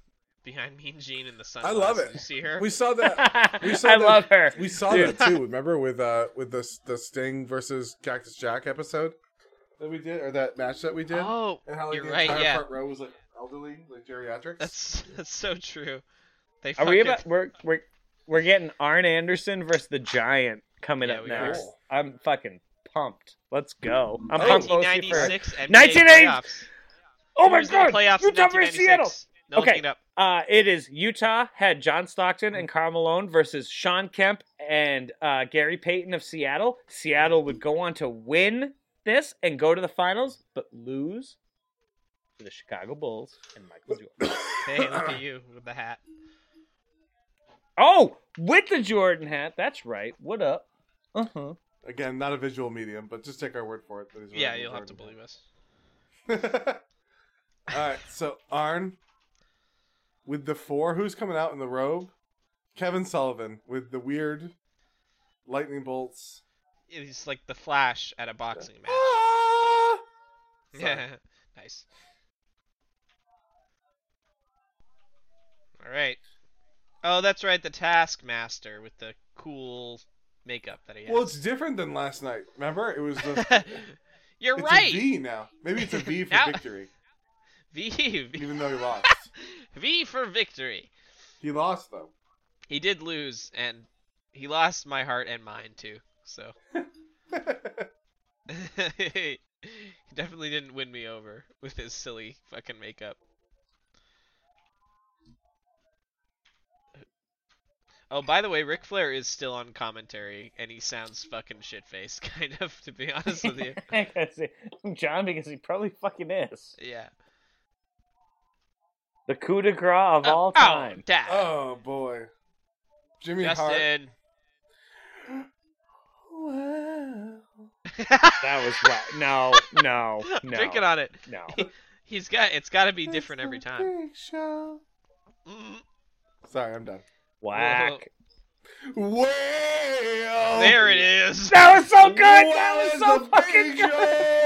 behind Mean Gene in the sun. I love it. You see her? we saw that. We saw I that- love her. We saw Dude. that too. Remember with uh with the the Sting versus Cactus Jack episode that we did, or that match that we did, Oh, and how like you're the right. entire Yeah, front row was like elderly, like geriatrics. that's that's so true. They Are we fucking- about we're we're we're getting Arn Anderson versus the Giant coming Yeah, up we are. Oh, next. I'm fucking pumped. Let's go. I'm pumped mostly for 1996 NBA 1980 playoffs. Oh my Who's in the god! playoffs in Utah versus Seattle. 1996? No looking Okay. it up. Uh, it is Utah had John Stockton and Karl Malone versus Sean Kemp and uh, Gary Payton of Seattle. Seattle would go on to win this and go to the finals, but lose to the Chicago Bulls and Michael Jordan. Hey, look at you with the hat. Oh, with the Jordan hat. That's right. What up? Uh huh. Again, not a visual medium, but just take our word for it. That he's Yeah, wearing you'll have to Jordan. believe us. All right, so Arn with the four. Who's coming out in the robe? Kevin Sullivan with the weird lightning bolts. He's like the Flash at a boxing match. Ah! Yeah, nice. All right. Oh, that's right, the Taskmaster with the cool makeup that he Well, has. it's different than last night. Remember, it was the You're it's right. a V now. Maybe it's a V for Now- victory, V, v, even though he lost. v for victory. He lost though. He did lose, and he lost my heart and mine too. So he definitely didn't win me over with his silly fucking makeup. Oh, by the way, Ric Flair is still on commentary, and he sounds fucking shit faced, kind of, to be honest with you. John, because he probably fucking is. Yeah. The coup de grace of Oh, all oh, time. dad. oh boy, Jimmy Hart. Justin. Wow. That was right. No, no, no. Drinking on it. No. He's got. It's got to be different every It's a time. big show. Oh, Mm. Sorry, I'm done. Whack. Well, There it is. That was so good. Well, Oh, That was it's so a fucking big good.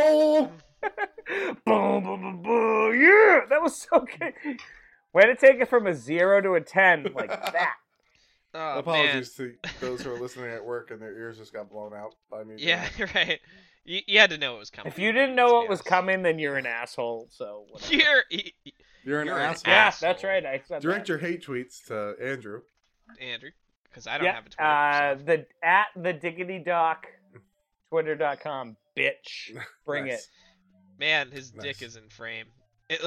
Oh, show. Boom, boom, boom, boom. Yeah, that was so good. Way to take it from a zero to a ten like that. Oh, man. Apologies to those who are listening at work and their ears just got blown out by me. Yeah, right. You, you had to know it was coming. If you didn't know to what be was honest. coming, then you're an asshole. So whatever. You're y- y- You're an You're an asshole. yeah, asshole. that's right. I said Direct your hate tweets to Andrew. Andrew, because I That. don't Yeah, have a Twitter. uh, so- the at the diggity doc, twitter.com, bitch. Bring Nice. Man, his nice. dick is in frame. It,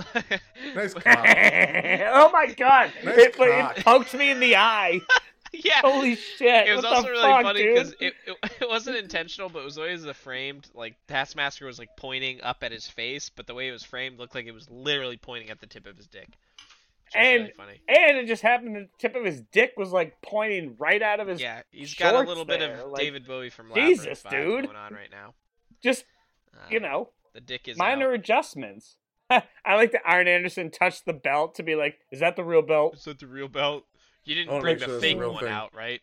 Nice cock. it. oh my god, Nice it, cock. it poked me in the eye. yeah. Holy shit! It was what also the really fuck, funny dude? because it, it, it wasn't intentional, but it was always the framed like Taskmaster was like pointing up at his face, but the way it was framed looked like it was literally pointing at the tip of his dick. Which was really And- funny. And it just happened the tip of his dick was like pointing right out of his Yeah, he's got a shorts little bit there, of like, David Bowie from Labyrinth Jesus, vibe dude. going on right now. just Uh, you know, the dick is out. minor adjustments. I like that Iron Anderson touched the belt to be like, is that the real belt? Is that the real belt? You didn't Oh, bring make sure the that's the fake real one thing. out, right?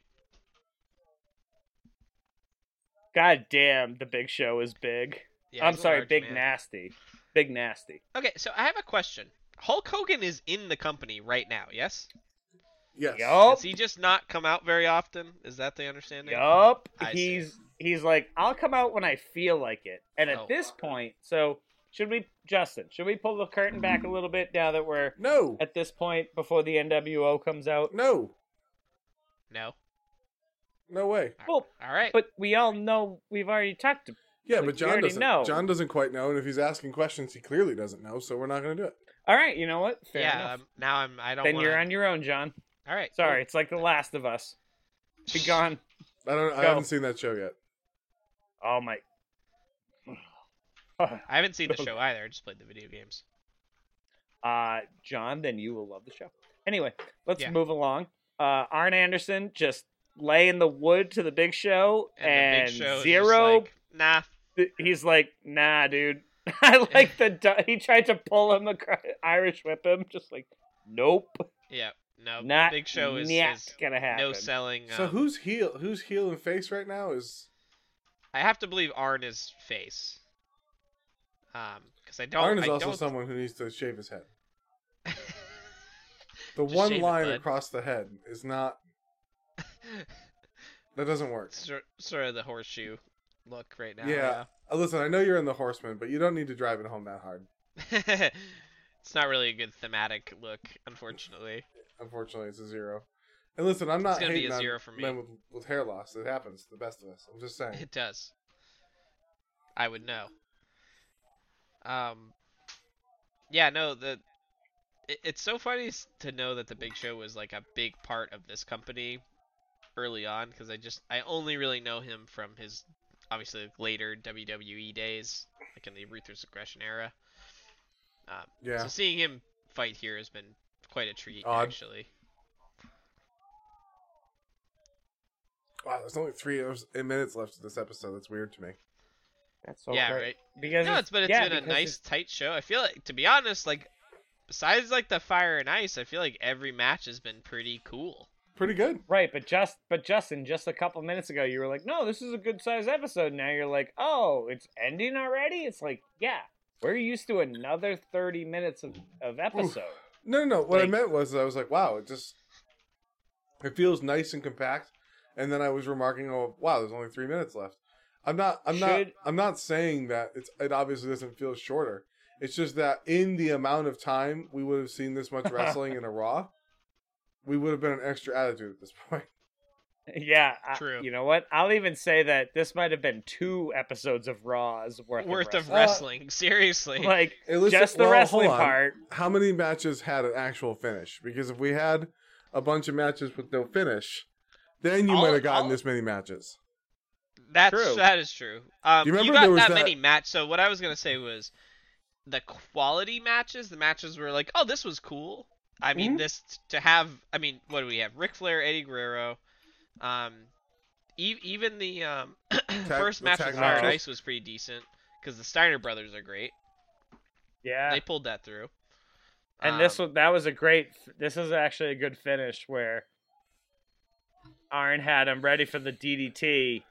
God damn, the big show is big. Yeah, I'm he's a sorry, large big man. nasty. Big nasty. Okay, so I have a question. Hulk Hogan is in the company right now, yes? Yes. Yup. Does he just not come out very often? Is that the understanding? Yup. I see. He's he's like, I'll come out when I feel like it. And at Oh. this point, so should we Justin, should we pull the curtain back a little bit now that we're No. at this point before the NWO comes out? No. No. No way. Well, All right. But we all know we've already talked to. Yeah, Like, but we John already doesn't. know. John doesn't quite know, and if he's asking questions, he clearly doesn't know. So we're not going to do it. All right, you know what? Fair yeah, enough. I'm, now I'm. I don't. then wanna... you're on your own, John. All right. cool. Sorry, it's like The Last of Us. Be gone. I don't. I Go. haven't seen that show yet. Oh my. I haven't seen the show either. I just played the video games. Uh, John, then you will love the show. Anyway, let's Yeah. move along. Uh, Arn Anderson just laying the wood to the Big Show, and, the big show is just Zero, like, nah. th- he's like, "Nah, dude." I like the du- he tried to pull him across, Irish whip him, just like, "Nope, Yeah. No. not big show is, not is gonna happen." no selling. Um, So who's heel? Who's heel and face right now? Is I have to believe Arn is face. Um, because I don't. Arn is I also don't... someone who needs to shave his head. The Just one shave it, line bud. across the head is not. That doesn't work. sor- sort of the horseshoe look right now. yeah. Uh, Listen, I know you're in the Horseman, but you don't need to drive it home that hard. yeah. it's not really a good thematic look, unfortunately. Unfortunately, it's a zero. And listen, I'm not It's gonna be hating a on zero for me. men with, with hair loss. It happens. to The best of us. I'm just saying. It does. I would know. Um. Yeah. No. The. It, it's so funny s- to know that the Big Show was like a big part of this company early on because I just I only really know him from his obviously later WWE days, like in the Ruthless Aggression era. Um, Yeah. So seeing him fight here has been quite a treat, Odd. actually. Wow, there's only three hours and minutes left of this episode. That's weird to me. That's so yeah. great. Right. Because No, it's been it's yeah, been a because nice tight show. I feel like to be honest, like besides like the fire and ice, I feel like every match has been pretty cool. Pretty good. Right, but just but Justin, just a couple minutes ago, you were like, "No, this is a good size episode." Now you're like, "Oh, it's ending already." It's like, yeah, we're used to another thirty minutes of, of episode. No, no, no. What I Like- meant was I was like, wow, it just it feels nice and compact. And then I was remarking, oh, wow, there's only three minutes left. I'm not, I'm not, Should- I'm not saying that it's it obviously doesn't feel shorter. It's just that in the amount of time we would have seen this much wrestling in a Raw, we would have been an extra attitude at this point. yeah, I- True. you know what? I'll even say that this might have been two episodes of Raws worth Worth of of wrestling. wrestling, seriously. wrestling. like At least- just the well, hold wrestling on. part. How many matches had an actual finish? Because if we had a bunch of matches with no finish, then you All- might have gotten all- this many matches. That's True. that is true. Um, Do you you, remember got there was that, that- many match. So what I was gonna say was, the quality matches, the matches were like, oh, this was cool. I mean, Mm-hmm. Mhm. this to have. I mean, what do we have? Ric Flair, Eddie Guerrero. Um, e- even the um first the match tag with Fire and matches. Ice was pretty decent because the Steiner brothers are great. Yeah, They pulled that through. and Um, this was that was a great. This is actually a good finish where Arn had him ready for the DDT,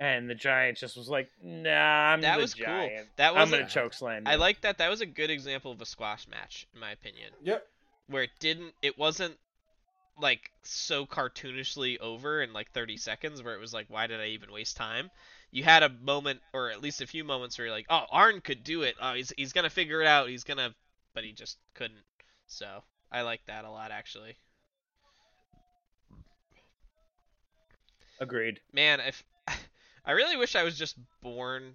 and the Giant just was like, "Nah, I'm that the was Giant." cool. That I'm was. gonna A, choke slam. I you. like that. That was a good example of a squash match, in my opinion. Yep. where it didn't it wasn't like so cartoonishly over in like 30 seconds where it was like why did i even waste time you had a moment or at least a few moments where you're like oh arn could do it oh he's, he's gonna figure it out he's gonna but he just couldn't so i like that a lot actually Agreed. man if i really wish i was just born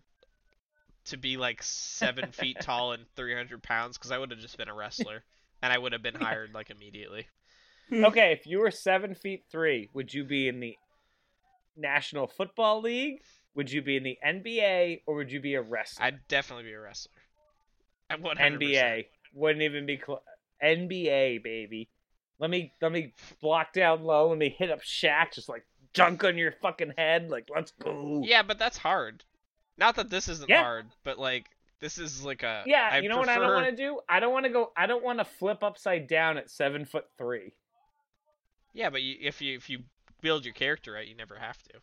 to be like seven feet tall and 300 pounds because i would have just been a wrestler and i would have been hired like immediately Okay, if you were seven feet three, would you be in the National Football League? Would you be in the NBA, or would you be a wrestler? i'd definitely be a wrestler I 100%. NBA wouldn't even be cl- NBA baby. Let me let me block down low. Let me hit up Shaq. Just like dunk on your fucking head. Like let's go. Yeah, but that's hard. Not that this isn't Yeah. hard, but like this is like a Yeah, I you know what prefer... I don't want to do? I don't want to go. I don't want to flip upside down at seven foot three. Yeah, but you, if you if you build your character right, you never have to.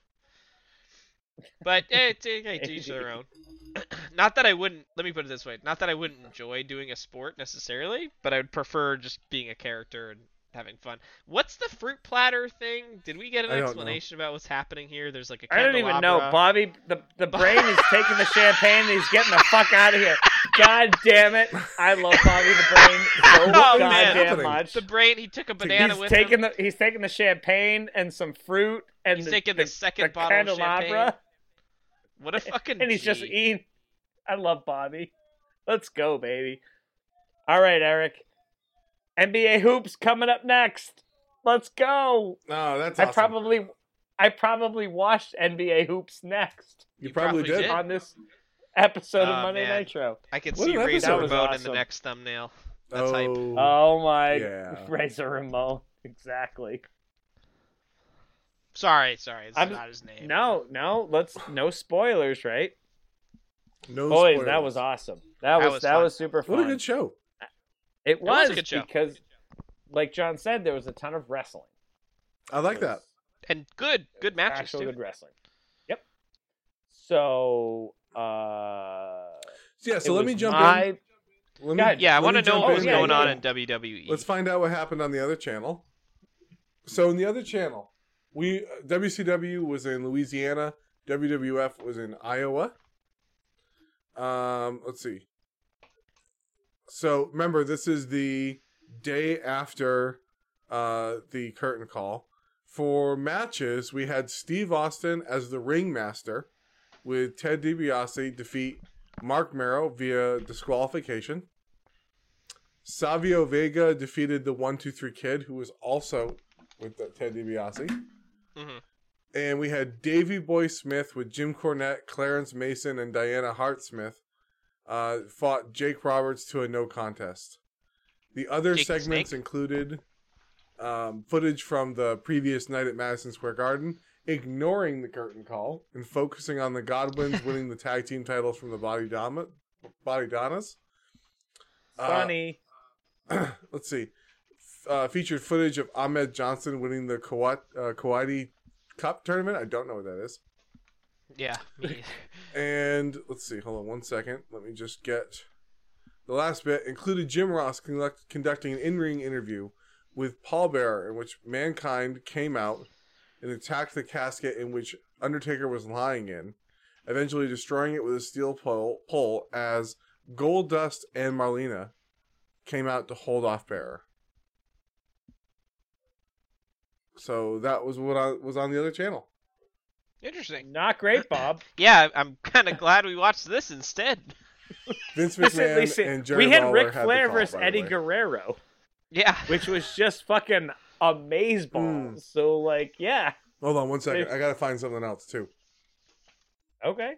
But eh, to, hey, to each their own. Not that I wouldn't. Let me put it this way. Not that I wouldn't enjoy doing a sport necessarily, but I would prefer just being a character and having fun. What's the fruit platter thing? Did we get an I don't know. explanation about what's happening here? There's like a I don't even know. candelabra. Bobby, the, the brain is taking the champagne and he's getting the fuck out of here. God damn it. I love Bobby the brain so Oh, man. goddamn much. The brain. He took a banana he's with him. taking the he's taking the champagne and some fruit and He's the, taking the, second the bottle of champagne. candelabra What a fucking and he's just G. eating. I love Bobby. Let's go, baby. All right, Eric. NBA hoops coming up next. Let's go. No, that's I awesome. probably I probably watched NBA hoops next. you, You probably, probably did. did. on this episode Aw, of Monday Ah, man. Nitro. I can What see an Razor episode. Ramon That was in the awesome. next thumbnail. That's hype. Oh my yeah. Razor Ramon, exactly. Sorry, sorry, it's I'm- not his name. No, no, let's no spoilers, right? No Boys, spoilers. that was awesome. That That was was that fun. was super fun. What a good show. it was was a good show. because, like John said, there was a ton of wrestling. I like that. and good, good matches Actual too. good wrestling. Yep. So, uh, Yeah, so it let was me jump in. my- Let me, God, Oh, Yeah, I let want to me know jump what in was yeah, going yeah, on yeah. in E. WWE. Let's find out what happened on the other channel. So in the other channel, we WCW was in Louisiana, WWF was in Iowa. Um, let's see. So remember, this is the day after uh, the curtain call. For matches, we had Steve Austin as the ringmaster, with Ted DiBiase defeat Mark Merrow via disqualification. Savio Vega defeated the One Two Three Kid, who was also with the Ted DiBiase, Mhm. and we had Davy Boy Smith with Jim Cornette, Clarence Mason, and Diana Hart Smith uh, fought Jake Roberts to a no contest. The other Jake the segments Snake? included um, footage from the previous night at Madison Square Garden, ignoring the curtain call and focusing on the Godwins winning the tag team titles from the Body Dama, Body Donnas. Uh, funny. let's see, F- uh, featured footage of Ahmed Johnson winning the Kuwait, uh, Kuwaiti Cup tournament. I don't know what that is. Yeah, me either. And let's see, hold on one second. Let me just get the last bit. Included Jim Ross conduct, conducting an in ring interview with Paul Bearer, in which Mankind came out and attacked the casket in which Undertaker was lying in, eventually destroying it with a steel pole, pole as Gold Dust and Marlena came out to hold off Bearer. So that was what I was on the other channel. Interesting. Not great, Bob. Yeah, I'm kind of glad we watched this instead. Vince This at McMahon least it- and Jerry we had Lawler Ric the Flair call, versus by the Eddie way. Guerrero, Yeah. which was just fucking amazeballs. Mm. So, like, yeah, Hold on one second. If- I gotta find something else too. okay.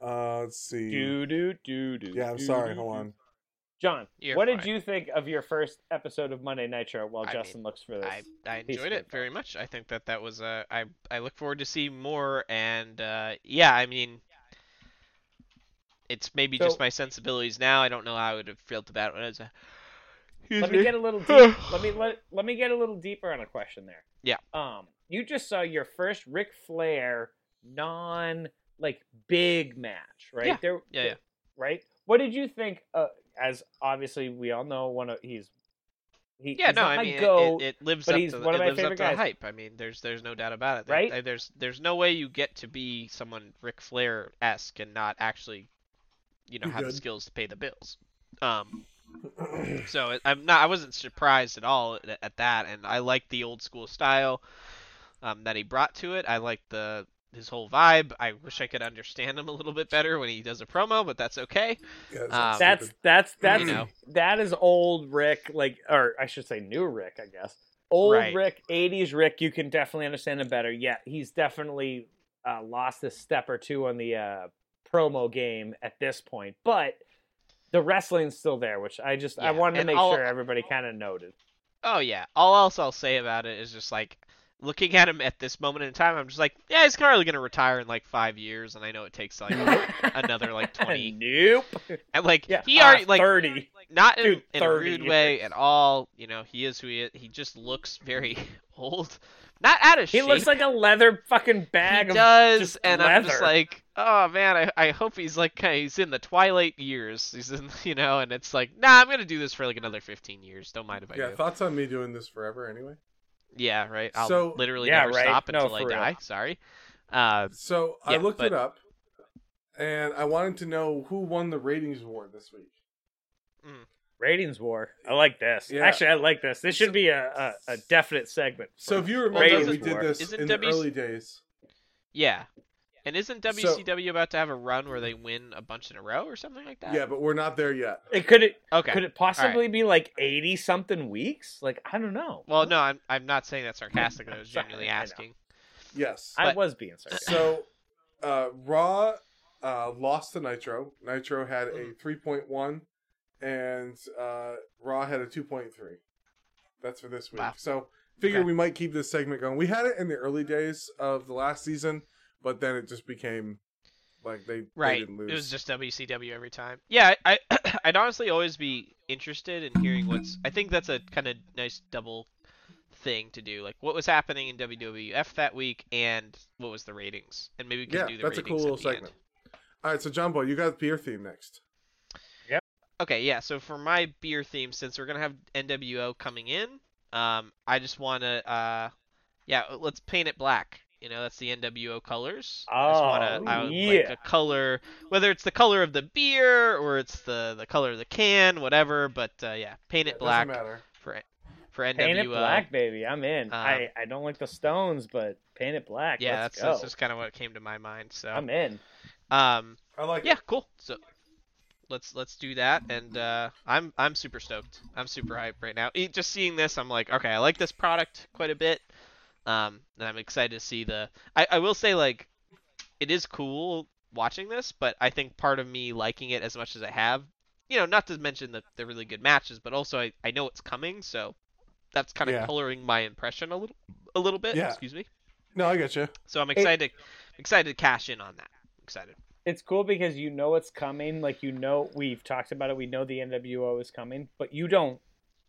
Uh, let's see. Do do do do. yeah, I'm do, sorry. do, Hold do. on. John, You're what did fine. you think of your first episode of Monday Nitro while I Justin looks for this? I, I piece enjoyed of it info. very much. I think that that was uh, I I look forward to see more and uh, yeah, I mean, it's maybe So- just my sensibilities now. I don't know how I would have felt about it as a. Excuse let me. me get a little deep, let me let, let me get a little deeper on a question there. Yeah. Um, you just saw your first Ric Flair non like big match, right? Yeah. There, Yeah, yeah. Right. What did you think? Uh, as obviously we all know, one of he's he, yeah, he's no, not I my mean it- go. it, it lives but up he's to the, one of it my lives up to favorite guys. the hype. I mean, there's there's no doubt about it. There- Right? There's there's no way you get to be someone Ric Flair esque and not actually, you know, You have the good? skills to pay the bills. Um, so it, I'm not I wasn't surprised at all at, at that, and I liked the old school style um, that he brought to it. I liked the his whole vibe. I wish I could understand him a little bit better when he does a promo, but that's okay. Yeah, that's Um, that's stupid. that's that's You know. that is old Rick, like or I should say new Rick, I guess. Old Right. Rick, '80s Rick, you can definitely understand him better. Yeah, he's definitely uh, lost a step or two on the uh, promo game at this point, but the wrestling's still there, which I just I Yeah, wanted to and make I'll- sure everybody kind of noted. Oh yeah. All else I'll say about it is just like looking at him at this moment in time, I'm just like, yeah, he's probably gonna retire in like five years, and I know it takes like another like twenty. nope. And like Yeah, he already uh, like 30. not in, Dude, in a 30 rude way at all. You know, he is who he is. He just looks very old, not out of He shape. looks like a leather fucking bag. he of does, just and leather. I'm just like, oh man, I, I hope he's like kinda- he's in the twilight years. He's in you know, and it's like, nah, I'm gonna do this for like another 15 years. Don't mind if I yeah. do. Thoughts on me doing this forever anyway? Yeah, right. I'll So- literally Yeah, never right. stop No, until I for real. die. Sorry. Uh, So I Yeah, looked but- it up, and I wanted to know who won the ratings award this week. Ratings war. I like this. Yeah. Actually, I like this. This should be a, a, a definite segment. So for- if you remember, Ratings we war. did this Isn't in the WC early days. yeah. And isn't So- WCW about to have a run where they win a bunch in a row or something like that? Yeah, but we're not there yet. it could it Okay. could it possibly be like eighty something weeks? Like I don't know. Well, no, I'm I'm not saying that sarcastically. I was Sorry, genuinely I know. asking. Yes. I but- was being sarcastic. So, uh, Raw uh, lost to Nitro. Nitro had a Mm. 3.1, and uh, Raw had a 2.3. That's for this week. Wow. So figure Okay. we might keep this segment going. We had it in the early days of the last season, but then it just became like they, they Right. didn't lose. It was just WCW every time. Yeah, I I- I'd honestly always be interested in hearing what's I think that's a kind of nice double thing to do. Like what was happening in WWF that week and what was the ratings. And maybe we can yeah, do the that's a ratings cool at little the end. segment. All right, so John Boy, you got beer theme next. Okay, yeah. So for my beer theme, since we're gonna have NWO coming in, um, I just wanna, uh, yeah, let's paint it black. You know, that's the NWO colors. I just wanna, Oh, I would like yeah. a color, whether it's the color of the beer or it's the the color of the can, whatever. But uh, yeah, paint it Doesn't black matter. for for NWO. Paint it black, baby. I'm in. Uh, I, I don't like the Stones, but paint it black. Yeah, let's that's, that's go. just kind of what came to my mind. So, I'm in. um, I like yeah, cool. So let's let's do that, and uh, I'm I'm super stoked. I'm super hyped right now. E- Just seeing this, I'm like, okay, I like this product quite a bit, um, and I'm excited to see the. I I will say like, it is cool watching this, but I think part of me liking it as much as I have, you know, not to mention the the really good matches, but also I I know it's coming, so that's kind of Yeah. coloring my impression a little a little bit. Yeah. Excuse me. it. No, I get you. So I'm excited excited to cash in on that. Excited. It's cool because you know it's coming. Like you know, we've talked about it. We know the NWO is coming, but you don't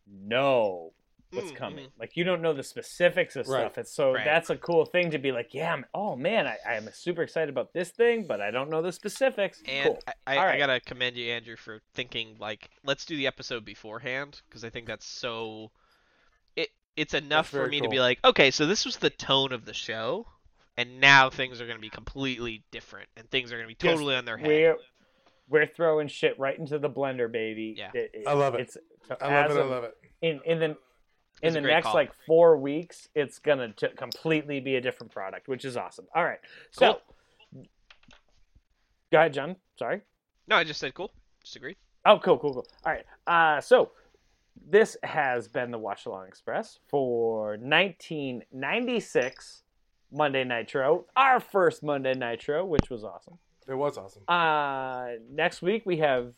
know what's Mm, coming. mhm. Like you don't know the specifics of Right. stuff. It's so Right. that's a cool thing to be like, yeah, I'm, oh man, I, I'm super excited about this thing, but I don't know the specifics. And cool. I, I, All I right. gotta commend you, Andrew, for thinking like let's do the episode beforehand because I think that's so. It it's enough for very me to be cool. like, okay, so this was the tone of the show, and now things are gonna be completely different, and things are gonna be Yes, totally on their head. We're we're throwing shit right into the blender, baby. Yeah. It- it- I love it. It's I love as it. I of- love it. in in the in It's a the great next call. like four weeks, it's gonna t- completely be a different product, which is awesome. All right, so Cool. go ahead, John. Sorry. No, I just said cool. Just agreed. Oh, cool, cool, cool. All right. Uh, so this has been the Watch Along Express for 1996 Monday Nitro, our first Monday Nitro, which was awesome. It was awesome. Uh, next week we have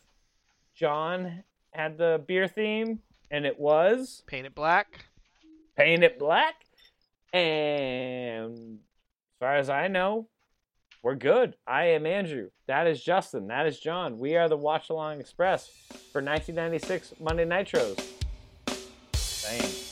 John had the beer theme, and it was Paint it black. paint it black. And as far as I know, we're good. I am Andrew. That is Justin. That is John. We are the Watch Along Express for 1996 Monday Nitros. Same.